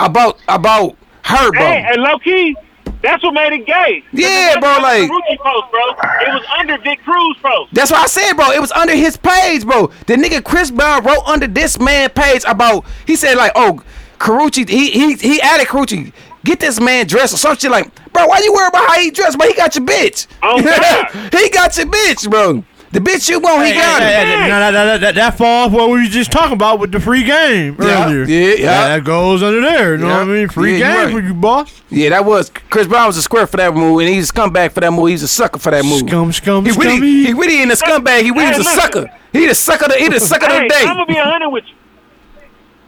About about her, bro.
Hey, and low key, that's what made it gay.
Yeah, bro, like-
It was under the Rucci post, bro. It was under Dick Cruz post.
That's what I said, bro. It was under his page, bro. The nigga Chris Brown wrote under this man page about he said like, oh, Carucci, he he he added Carucci, get this man dressed or some shit like, bro, why you worry about how he dressed? But he got your bitch.
Oh, God.
he got your bitch, bro. The bitch you want, he got
Hey,
it.
hey, hey, now that, that, that, that falls what we were just talking about with the free game
Yeah,
earlier.
yeah, yeah.
That goes under there. You know
Yeah.
what I mean? Free
Yeah, you
game
right.
for you, boss.
Yeah, that was Chris Brown was a square for that move, and he's a scumbag for that move. He's a sucker for that move.
Scum, scum,
He really,
scummy.
he really ain't a scumbag. He really
Hey,
is a
listen.
sucker. He the sucker. Of, he the sucker
Hey,
of the day.
I'm gonna be a hundred with you.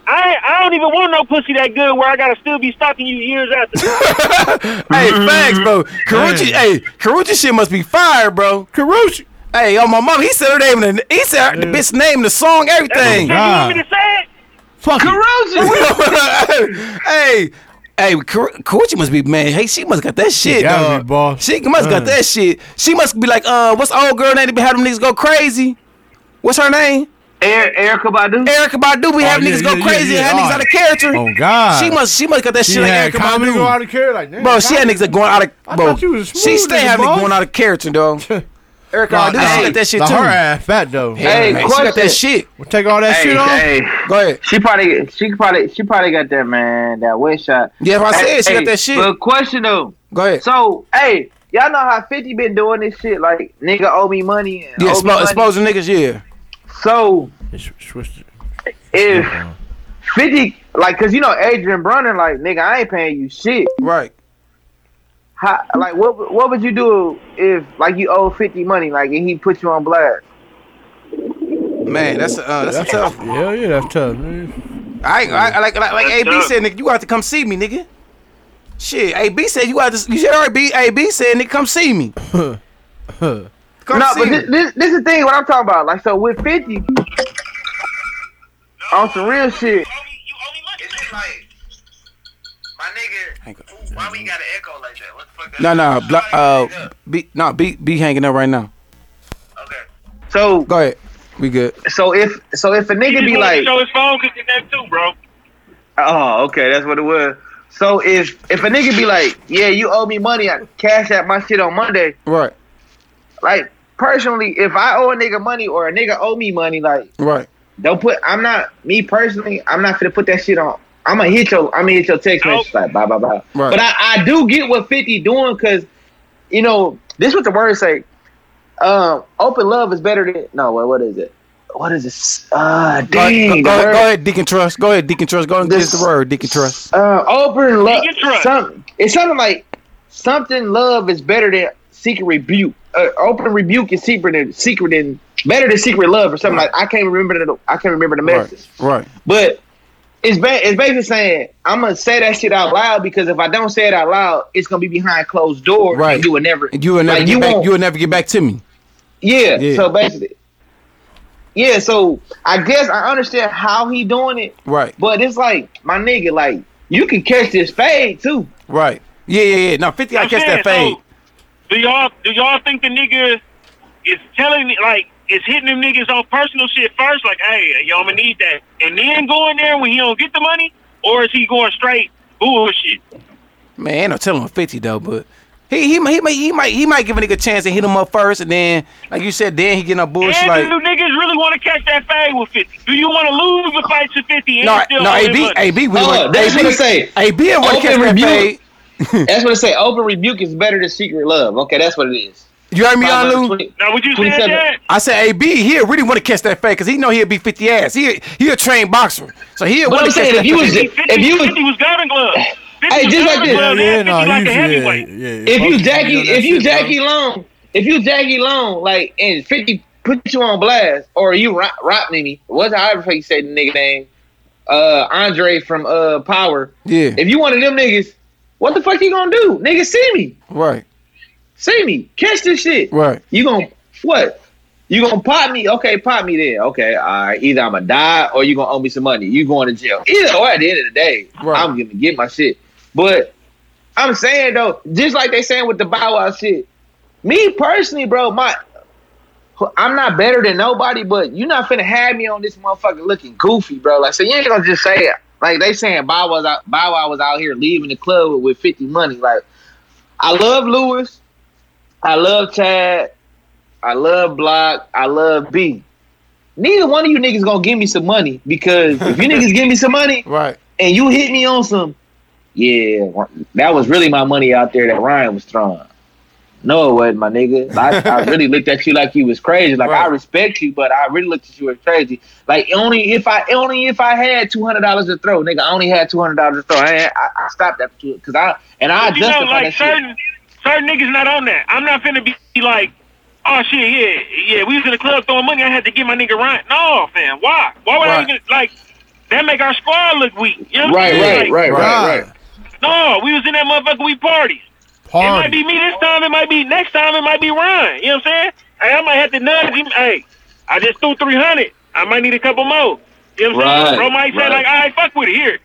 I I don't even want no pussy that good where I gotta still be stalking you years after.
Hey, facts, bro. Karuchi, hey, Karuchi shit must be fire, bro.
Karuchi.
Hey, yo, my mom, he said her name, and he said her- the bitch name, the song, everything.
you want me to say it?
Fuck it.
hey, hey, Kar- Karuchi must be man. Hey, she must got that shit,
gotta
dog.
be, boss.
She must got that shit. She must be like, uh, what's the old girl name that be having them niggas go crazy? What's her name?
Er- Erica Badu.
Erica Badu be having
Oh, yeah,
niggas go
yeah,
crazy,
yeah,
and have
yeah.
niggas out of character.
Oh, God.
She must, she must got that
She
shit like
had
Erica
comedy
Badu.
go out of care like that.
Bro, she had niggas that going out of.
I
Bro,
thought you was a
she
smooth
stay
nigga,
having
boss.
going out of character, dog. Erica, I do shit like that shit
Like,
too.
Her ass fat though.
Hey,
Man, she got
question.
that shit.
We'll take all that
Hey,
shit off.
hey,
Go ahead.
she probably she probably she probably got that man that wet shot.
Yeah, if I
Hey,
said she
hey,
got that shit.
But question though.
Go ahead.
So, hey, y'all know how 50 been doing this shit? Like, nigga owe me money. And
Yeah,
owe me
expo-
money.
exposing niggas. Yeah.
So,
It's twisted.
if 50, like, cause you know, Adrian Brennan, like, nigga, I ain't paying you shit.
Right.
How, like, what what would you do if, like, you owe 50 money, like, and he put you on blast?
Man, that's a, uh, that's,
That's
a tough.
tough. Hell yeah, that's tough, man.
I, ain't- I, I like like, like AB
tough.
said, nigga, you got to come see me, nigga. Shit, AB said you got to. You heard B, AB said, nigga, come see me. come
no,
see
but
me.
this, this, this is the thing what I'm talking about. Like, so with 50, on some real shit,
It's just like my
Why we got an echo like that? What the fuck? No, no, blo- uh, be no, be be hanging up right now.
So
go ahead, we good.
So if so if a nigga
He
be
wanted to
like,
show his phone because he's that too, bro.
oh, okay, that's what it was. So if if a nigga be like, yeah, you owe me money, I cash out my shit on Monday.
Right,
Like personally, if I owe a nigga money or a nigga owe me money, like
right.
don't put. I'm not me personally. I'm not gonna put that shit on. I'm gonna hit your. I'm gonna hit your text message like blah blah blah.
Right.
But I, I do get what Fifty doing because, you know, this what the words say. Um, open love is better than no. What what is it? What is this? Ah,
Go ahead,
dang.
go,
the
go,
word-
go ahead, Deacon Trust. Go ahead, Deacon Trust. Go and get the word, Deacon Trust.
uh, open love.
Deacon Trust.
Some, it's something like something. Love is better than secret rebuke. Uh, open rebuke is secret than secret than better than secret love or something like. I can't remember the. I can't remember the message.
Right, right.
But it's ba- it's basically saying I'm gonna say that shit out loud because if I don't say it out loud, it's gonna be behind closed doors.
Right.
and you will never.
And you will never
like,
get
you
back.
won't-
You will never get back to me.
yeah,
Yeah.
So basically, yeah. So I guess I understand how he doing it,
Right,
but it's like my nigga, like you can catch this fade too.
right. Yeah, yeah, yeah. No, fifty. I
I'm
catch that
saying,
fade.
so, do y'all do y'all think the nigga is telling like is hitting them niggas on personal shit first, like, hey, y'all gonna need that, and then going there when he don't get the money, or is he going straight bullshit?
Man, ain't no telling him fifty though, but he he might he might he might he might give a nigga a chance and hit him up first, and then like you said, then he getting up bullshit
and do
like.
you niggas really want to catch that fade with fifty? Do you want to lose the fight to fifty? And
No,
still
no,
owe him
AB,
money?
AB, we
Oh,
want
that's
AB,
what I say.
AB, I want to
Open
catch that
rebuke.
fade. Hmm.
That's what I say. Open rebuke is better than secret love. Okay, that's what it is.
You heard me, Alu?
520
Now, would you say
27.
that?
I said AB, he really want to catch that fade because he know he'll be 50 ass. He he a trained boxer. So he
But
want
I'm
to catch
saying
that
if you was
fade.
just,
50,
if you was
50 was Golden Glove. 50
Hey,
was
just like
Golden
this.
Hell
Glove,
yeah,
and 50
no,
like
you
a heavyweight.
yeah, yeah.
if you
Fuck
Jackie,
on that
if you
shit, bro.
Jackie Long, if you Jackie Long, like and Fifty put you on blast, or you Ro- Rodney, what's however fuck you say the nigga name, uh, Andre from uh Power.
Yeah,
If you one of them niggas, what the fuck you gonna do? Nigga, see me,
right,
see me, catch this shit.
right,
You gonna what? You gonna pop me? Okay, pop me then. Okay, all right. Either I'm gonna die or you gonna owe me some money. You going to jail. Either or at the end of the day,
Right.
I'm gonna get my shit. But I'm saying though, just like they saying with the Bow Wow shit, me personally, bro, my I'm not better than nobody, but you not finna have me on this motherfucker looking goofy, bro. Like, so you ain't gonna just say it. Like they saying Bow was out, Bow Wow was out here leaving the club with 50 money. Like, I love Lewis, I love Chad, I love Block, I love B. Neither one of you niggas gonna give me some money because if you niggas give me some money,
right,
and you hit me on some, yeah, that was really my money out there that Ryan was throwing. No, it wasn't, my nigga. I, I really looked at you like you was crazy. Like I
Right.
respect you, but I really looked at you as crazy. Like only if I only if I had two hundred dollars to throw, nigga. I only had two hundred dollars to throw. I, ain't- I, I stopped at two because I and I
you know,
justified
like
that shit.
certain certain niggas not on that. I'm not finna be like, oh shit, yeah, yeah. We was in the club throwing money. I had to get my nigga Ryan. No, fam, why? Why would I
Right.
even like? That make our squad look weak. You know what I'm
Right,
saying?
right,
Like,
right, right, right.
No, we was in that motherfucker. We party. It might
Party.
be me this time. It might be next time. It might be Ryan. You know what I'm saying? Hey, I might have to nudge him. Hey, I just threw 300. I might need a couple more. You know what I'm
Right,
saying? Bro might say
right.
like, all right, fuck with it here.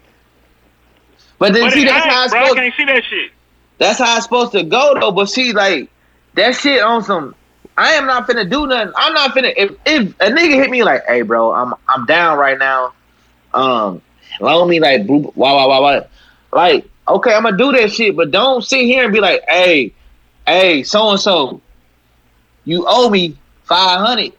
But then
But
see,
it
that's
ain't,
how it's
bro, I
supposed.
can't see that shit.
That's how it's supposed to go though. But see, like that shit on some. I am not finna do nothing. I'm not finna. If, if a nigga hit me like, hey, bro, I'm I'm down right now. Um, loan me like, boop, wah wah wah wah. Like, okay, I'm gonna do that shit, but don't sit here and be like, hey, hey, so and so, you owe me five hundred.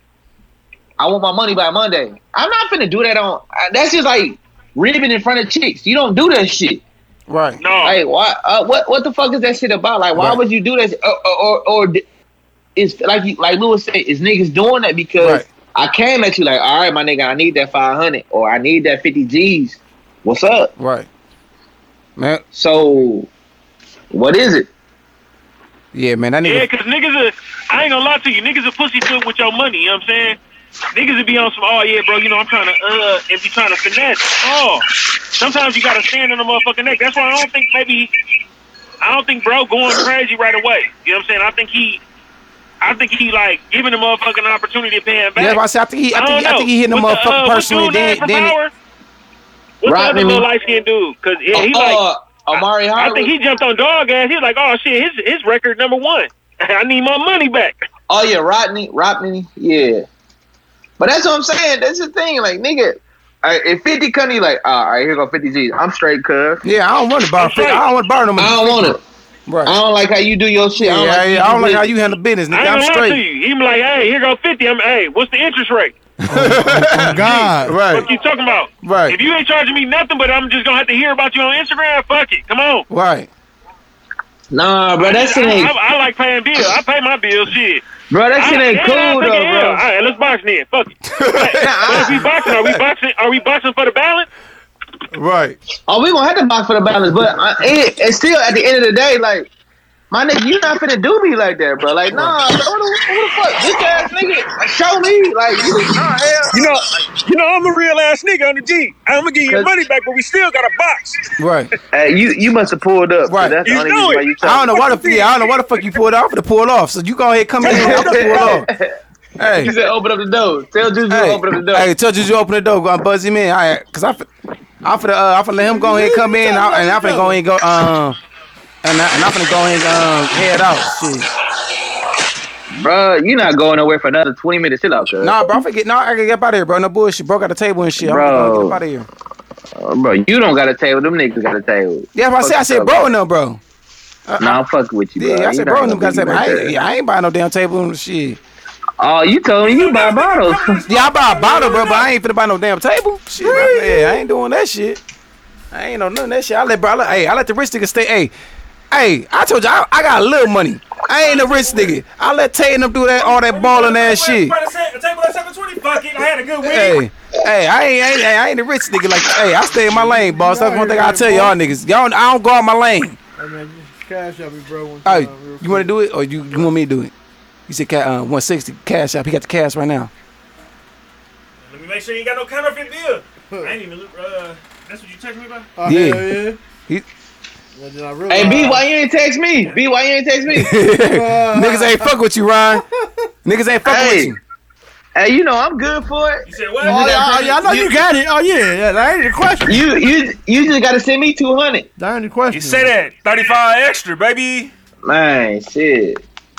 I want my money by Monday. I'm not finna do that on. I- That's just like ribbon in front of chicks. You don't do that shit.
right,
No,
Like, why? Uh, what? What the fuck is that shit about? Like, why
Right.
would you do that? Or, or, or, or is like you, like Lewis said, is niggas doing that because
Right.
I came at you like, all right, my nigga, I need that five hundred or I need that fifty G's. What's up?
right. Man,
So, what is it?
yeah, man, that
Yeah,
nigga.
'cause niggas are, I ain't gonna lie to you, niggas are pussyfoot with your money, you know what I'm saying? Niggas would be on some, oh yeah, bro, you know, I'm trying to, uh, if you trying to finesse, oh, sometimes you gotta stand on the motherfucking neck. That's why I don't think maybe, I don't think bro going crazy right away. You know what I'm saying? I think he, I think he like giving the motherfucking opportunity of paying back.
Yeah, I, said, I think he, I
I
think,
don't
he- I
know.
think he hitting the
What's
motherfucker
uh, what's
personally.
dude's name
Then,
from
then,
Power? What's the
Rodney.
other little light skinned dude? Cause yeah, he like,
Uh, Amari
I,
Howard.
think he jumped on dog ass. He was like, oh shit, his his record number one. I need my money back.
Oh yeah, Rodney, Rodney, yeah. But that's what I'm saying. That's the thing, like nigga. I, if 50 come, you like, all right, here go 50 G's. I'm straight, cuz.
Yeah, I don't want to borrow. I don't want to borrow them.
I don't want it.
Right.
I don't like how you do your shit.
Yeah,
I don't
yeah,
like
yeah. I don't like how you handle business,
I
nigga.
ain't
I'm
gonna lie to
straight.
you. He be like, hey, here go fifty. I'm hey, what's the interest rate?
God, right,
What you talking about?
Right.
If you ain't charging me nothing, but I'm just gonna have to hear about you on Instagram. Fuck it. Come on.
right.
Nah, bro, that shit
I,
ain't,
I, I like paying bills. I pay my bills. Shit.
bro, that shit
I-
ain't
yeah,
cool
I
though,
take an L. All
bro.
right, let's box then. Fuck it. But if we boxing, are we boxing? Are we boxing for the balance?
Right.
Oh, we gonna have to box for the balance, but I, it, it's still at the end of the day, like my nigga, you not finna do me like that, bro. Like, nah, bro, who the, who the fuck, bitch ass nigga, like, show me, like, you, nah, hell,
You know, you know, I'm a real ass nigga on the G. I'm gonna give you
your
money back, but we still got a box.
Right.
hey, you, you must have pulled up,
Right.
right? That's
You
the only
know
reason why
it.
you.
I don't know why the fuck. Yeah, I don't know why the fuck you pulled off to pull off. So you go ahead, come in here, I'll pull off. Hey,
You said open up the door. Tell Juju to
hey,
open up the door.
hey, tell you to open the door. I'm buzzing in. I, cause I, fin- I finna, uh, I finna let him go ahead, come in, and I, and I finna go ahead, and go, um, and I, and I finna go ahead, and, um, head out. Shit.
bro, you not going nowhere for another twenty minutes. Chill out, cuz.
Nah, bro, I forget. Nah, I gotta get up out of here, bro. No bullshit. Bro, got the table and shit. I'm gonna
Bro.
get up out of here.
Uh, bro, you don't got a table. Them niggas got a table.
Yeah, if I
Fuck
said, I said,
yourself.
bro, no, bro.
Nah, I'm fucking with you, bro.
Yeah, I
You
said,
not
bro,
gonna
no, got
do me
table.
like
I
that.
ain't, I ainit buying no damn table and shit.
Oh, you told me you buy bottles.
Yeah, I buy a bottle, bro, but I ain't finna buy no damn table. Shit, bro. yeah, I ain't doing that shit. I ain't on none of that shit. I let, bro, I let, hey, I let the rich nigga stay. Hey, hey, I told you, I, I got a little money. I ain't a rich nigga. I let Tay and them do that, all that balling ass shit. Hey, hey, I ain't, I ain't, I ain't a rich nigga like. Hey, I stay in my lane, boss. That's one thing I tell y'all niggas. Y'all, I don't go out my lane.
Hey, man, just cash up me, bro. One
Hey,
time, real
you want to do it or you, you want me to do it? He said, ca- uh, 160 cash app. He got the cash right now.
Let me make sure you ain't got no counterfeit bill. I ain't even look. Uh, that's what you texted me about.
quick. Oh,
Yeah.
hell yeah.
He-
And then I realized,
Hey, B, why you ain't text me? B, why you ain't text me?
Niggas ain't fuck with you, Ron. Niggas ain't fuck
Hey.
with you.
hey, you know I'm good for it.
You said what?
Oh, yeah, oh, yeah, I know you, got it. Oh, yeah, yeah. That ain't the question.
You you you just gotta send me two hundred.
That ain't the question.
You say that thirty-five extra, baby.
Man, shit.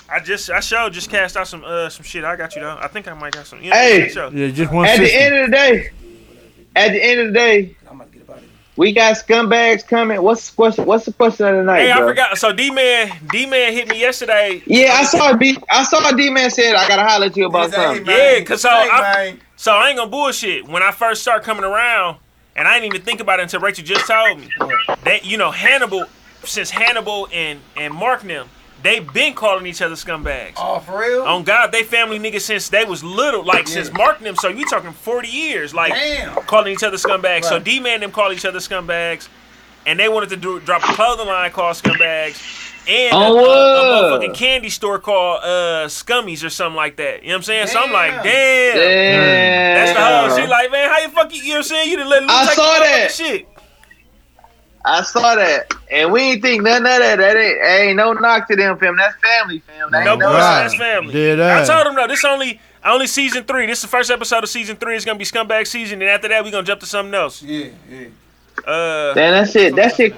I just, I showed, just cashed out some, uh, some shit. I got you though. I think I might got some. Yeah,
Hey.
good show.
Yeah, just one
At the
sixty.
end of the day, at the end of the day, we got scumbags coming. What's what's what's the question of the night,
Hey, I
bro?
forgot. So D man, D man hit me yesterday.
Yeah, I saw B. I saw D man said I gotta holler at you about something.
Yeah, cause so I, so I ain't gonna bullshit. When I first start coming around, and I didn't even think about it until Rachel just told me that you know Hannibal, since Hannibal and and Mark and them, they've been calling each other scumbags.
Oh, for real?
On God, they family niggas since they was little, like since Mark and them. So you talking forty years, like
Damn.
calling each other scumbags. So
Right.
D man them call each other scumbags, and they wanted to do drop a clothing line called scumbags. And a, a,
Oh,
a
whoa.
motherfucking candy store called uh, Scummies or something like that. You know what I'm saying? So I'm like, damn.
Yeah.
That's the whole shit. Like, man, how you fuck you? You know what I'm saying? You done let loose
I
like
saw
you
that.
fucking shit.
I saw that, and we ain't think nothing of that. That ain't, ain't no knock to them, fam. That's family, fam. That ain't
No
no,
bullshit.
right.
That's family.
Did that.
I told him no. This only only season three. This is the first episode of season three. It's gonna be scumbag season, and after that we gonna jump to something else. Yeah, yeah. Uh,
Damn, that shit. That shit.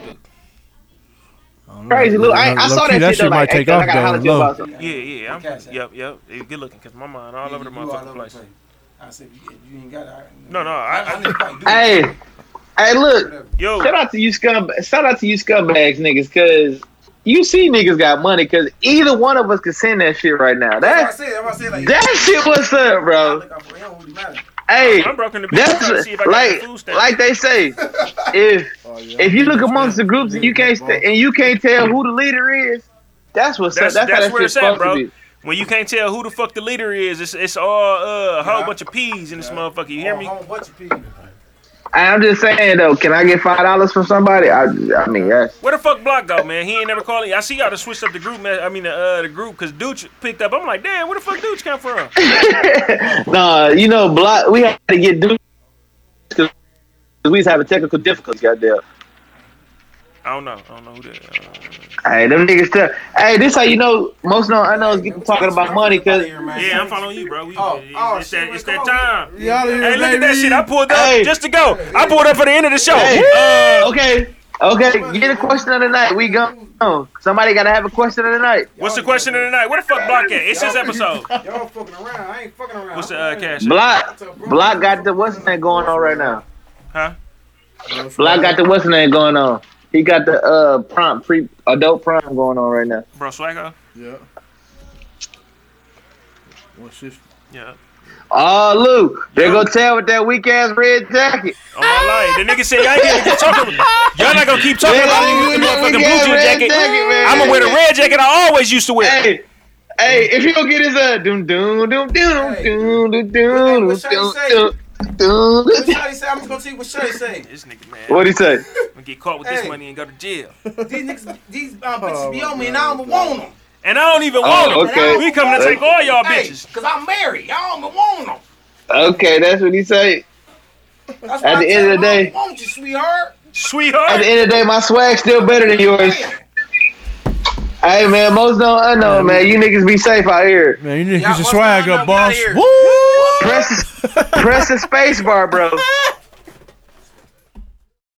Crazy, Lou. I, I saw
Low-key,
that,
that
shit.
shit
Though,
might
like, hey,
take
cuz, I
off
gotta
down
holler at you
low.
about something.
yeah, yeah. I'm,
cash app.
yep, yep. It's good looking because my mind all over the motherfucking place.
I said, you ain't got it.
No, no. I, I,
Hey, hey, look.
yo,
Shout out to you scum. Shout out to you scumbags, niggas, because you see niggas got money. Because either one of us could send that shit right now. That
said, that's what I said. Like,
that shit, what's up, bro? Hey,
I'm broken to bitch. I'm trying to
that's
see if I
like
got the food stamps.
like they say. If if you look amongst the groups and you can't st- and you can't tell who the leader is, that's what's
That's-
up. That's,
that's
how
where
that
it's
shit's
at,
supposed
bro.
to be.
when you can't tell who the fuck the leader is, it's it's all uh, a whole bunch of peas in this motherfucker. You hear me?
I'm just saying though. Can I get five dollars from somebody? I I mean, that's
Where the fuck Block go, man? He ain't never calling. I see y'all to switched up the group, man. I mean, the, uh, the group, because Dooch picked up. I'm like, damn, where the fuck Dooch come from?
nah. You know, block. We had to get dudes because we was having technical difficulties. Goddamn.
I don't know. I don't know who that is.
Hey, them niggas tell. Hey, this how you know most no unknowns get talking about money because
yeah, I'm following you, bro. We, it's
oh,
that,
shit,
it's
come
that
on.
time.
Y'all here,
Hey, look at that
baby.
shit. I pulled up
Hey.
just to go. I pulled up for the end of the show.
Hey.
Uh,
okay, Okay, get a question of the night. We go. Somebody gotta have a question of the night.
What's the question of the night? Where the fuck Block at? It's his episode.
Y'all fucking around. I ain't fucking around.
What's the uh, cash?
Block, Block got the what's name going on right now.
Huh?
Block got the what's name going on. He got the uh prom pre adult prom going on right now.
Bro, Swaggo?
Yeah. One sixty.
Yeah.
Oh, Luke, they go tell with that weak ass red jacket.
On my life. The nigga said, y'all can't keep talking. Y'all not gonna keep talking about me with the motherfucking blue jean jacket. I'm gonna wear the red jacket I always used to wear.
Hey, hey, if you don't get his uh, doom doom doom doom doom doom doom doom doom doom.
What Shawty say? I'm just gonna tell you what Shawty say.
This nigga, man.
What'd he say?
I'm gonna get caught with this
Hey.
money and go to jail.
These niggas, these uh, bitches be on me, and I don't want them.
And I don't even
Oh,
want them.
okay.
We coming to take all y'all
hey,
bitches.
Cause I'm married. I don't want them.
Okay, that's what he say.
That's
At
why
the
I
end
tell
of the
them, I
day-
don't want you, sweetheart.
Sweetheart.
At the end of the day, my swag's still better than yours. Hey man, most don't unknown man. You niggas be safe out here.
Man, you niggas get your swag up, boss. Woo!
Press, press the space bar, bro.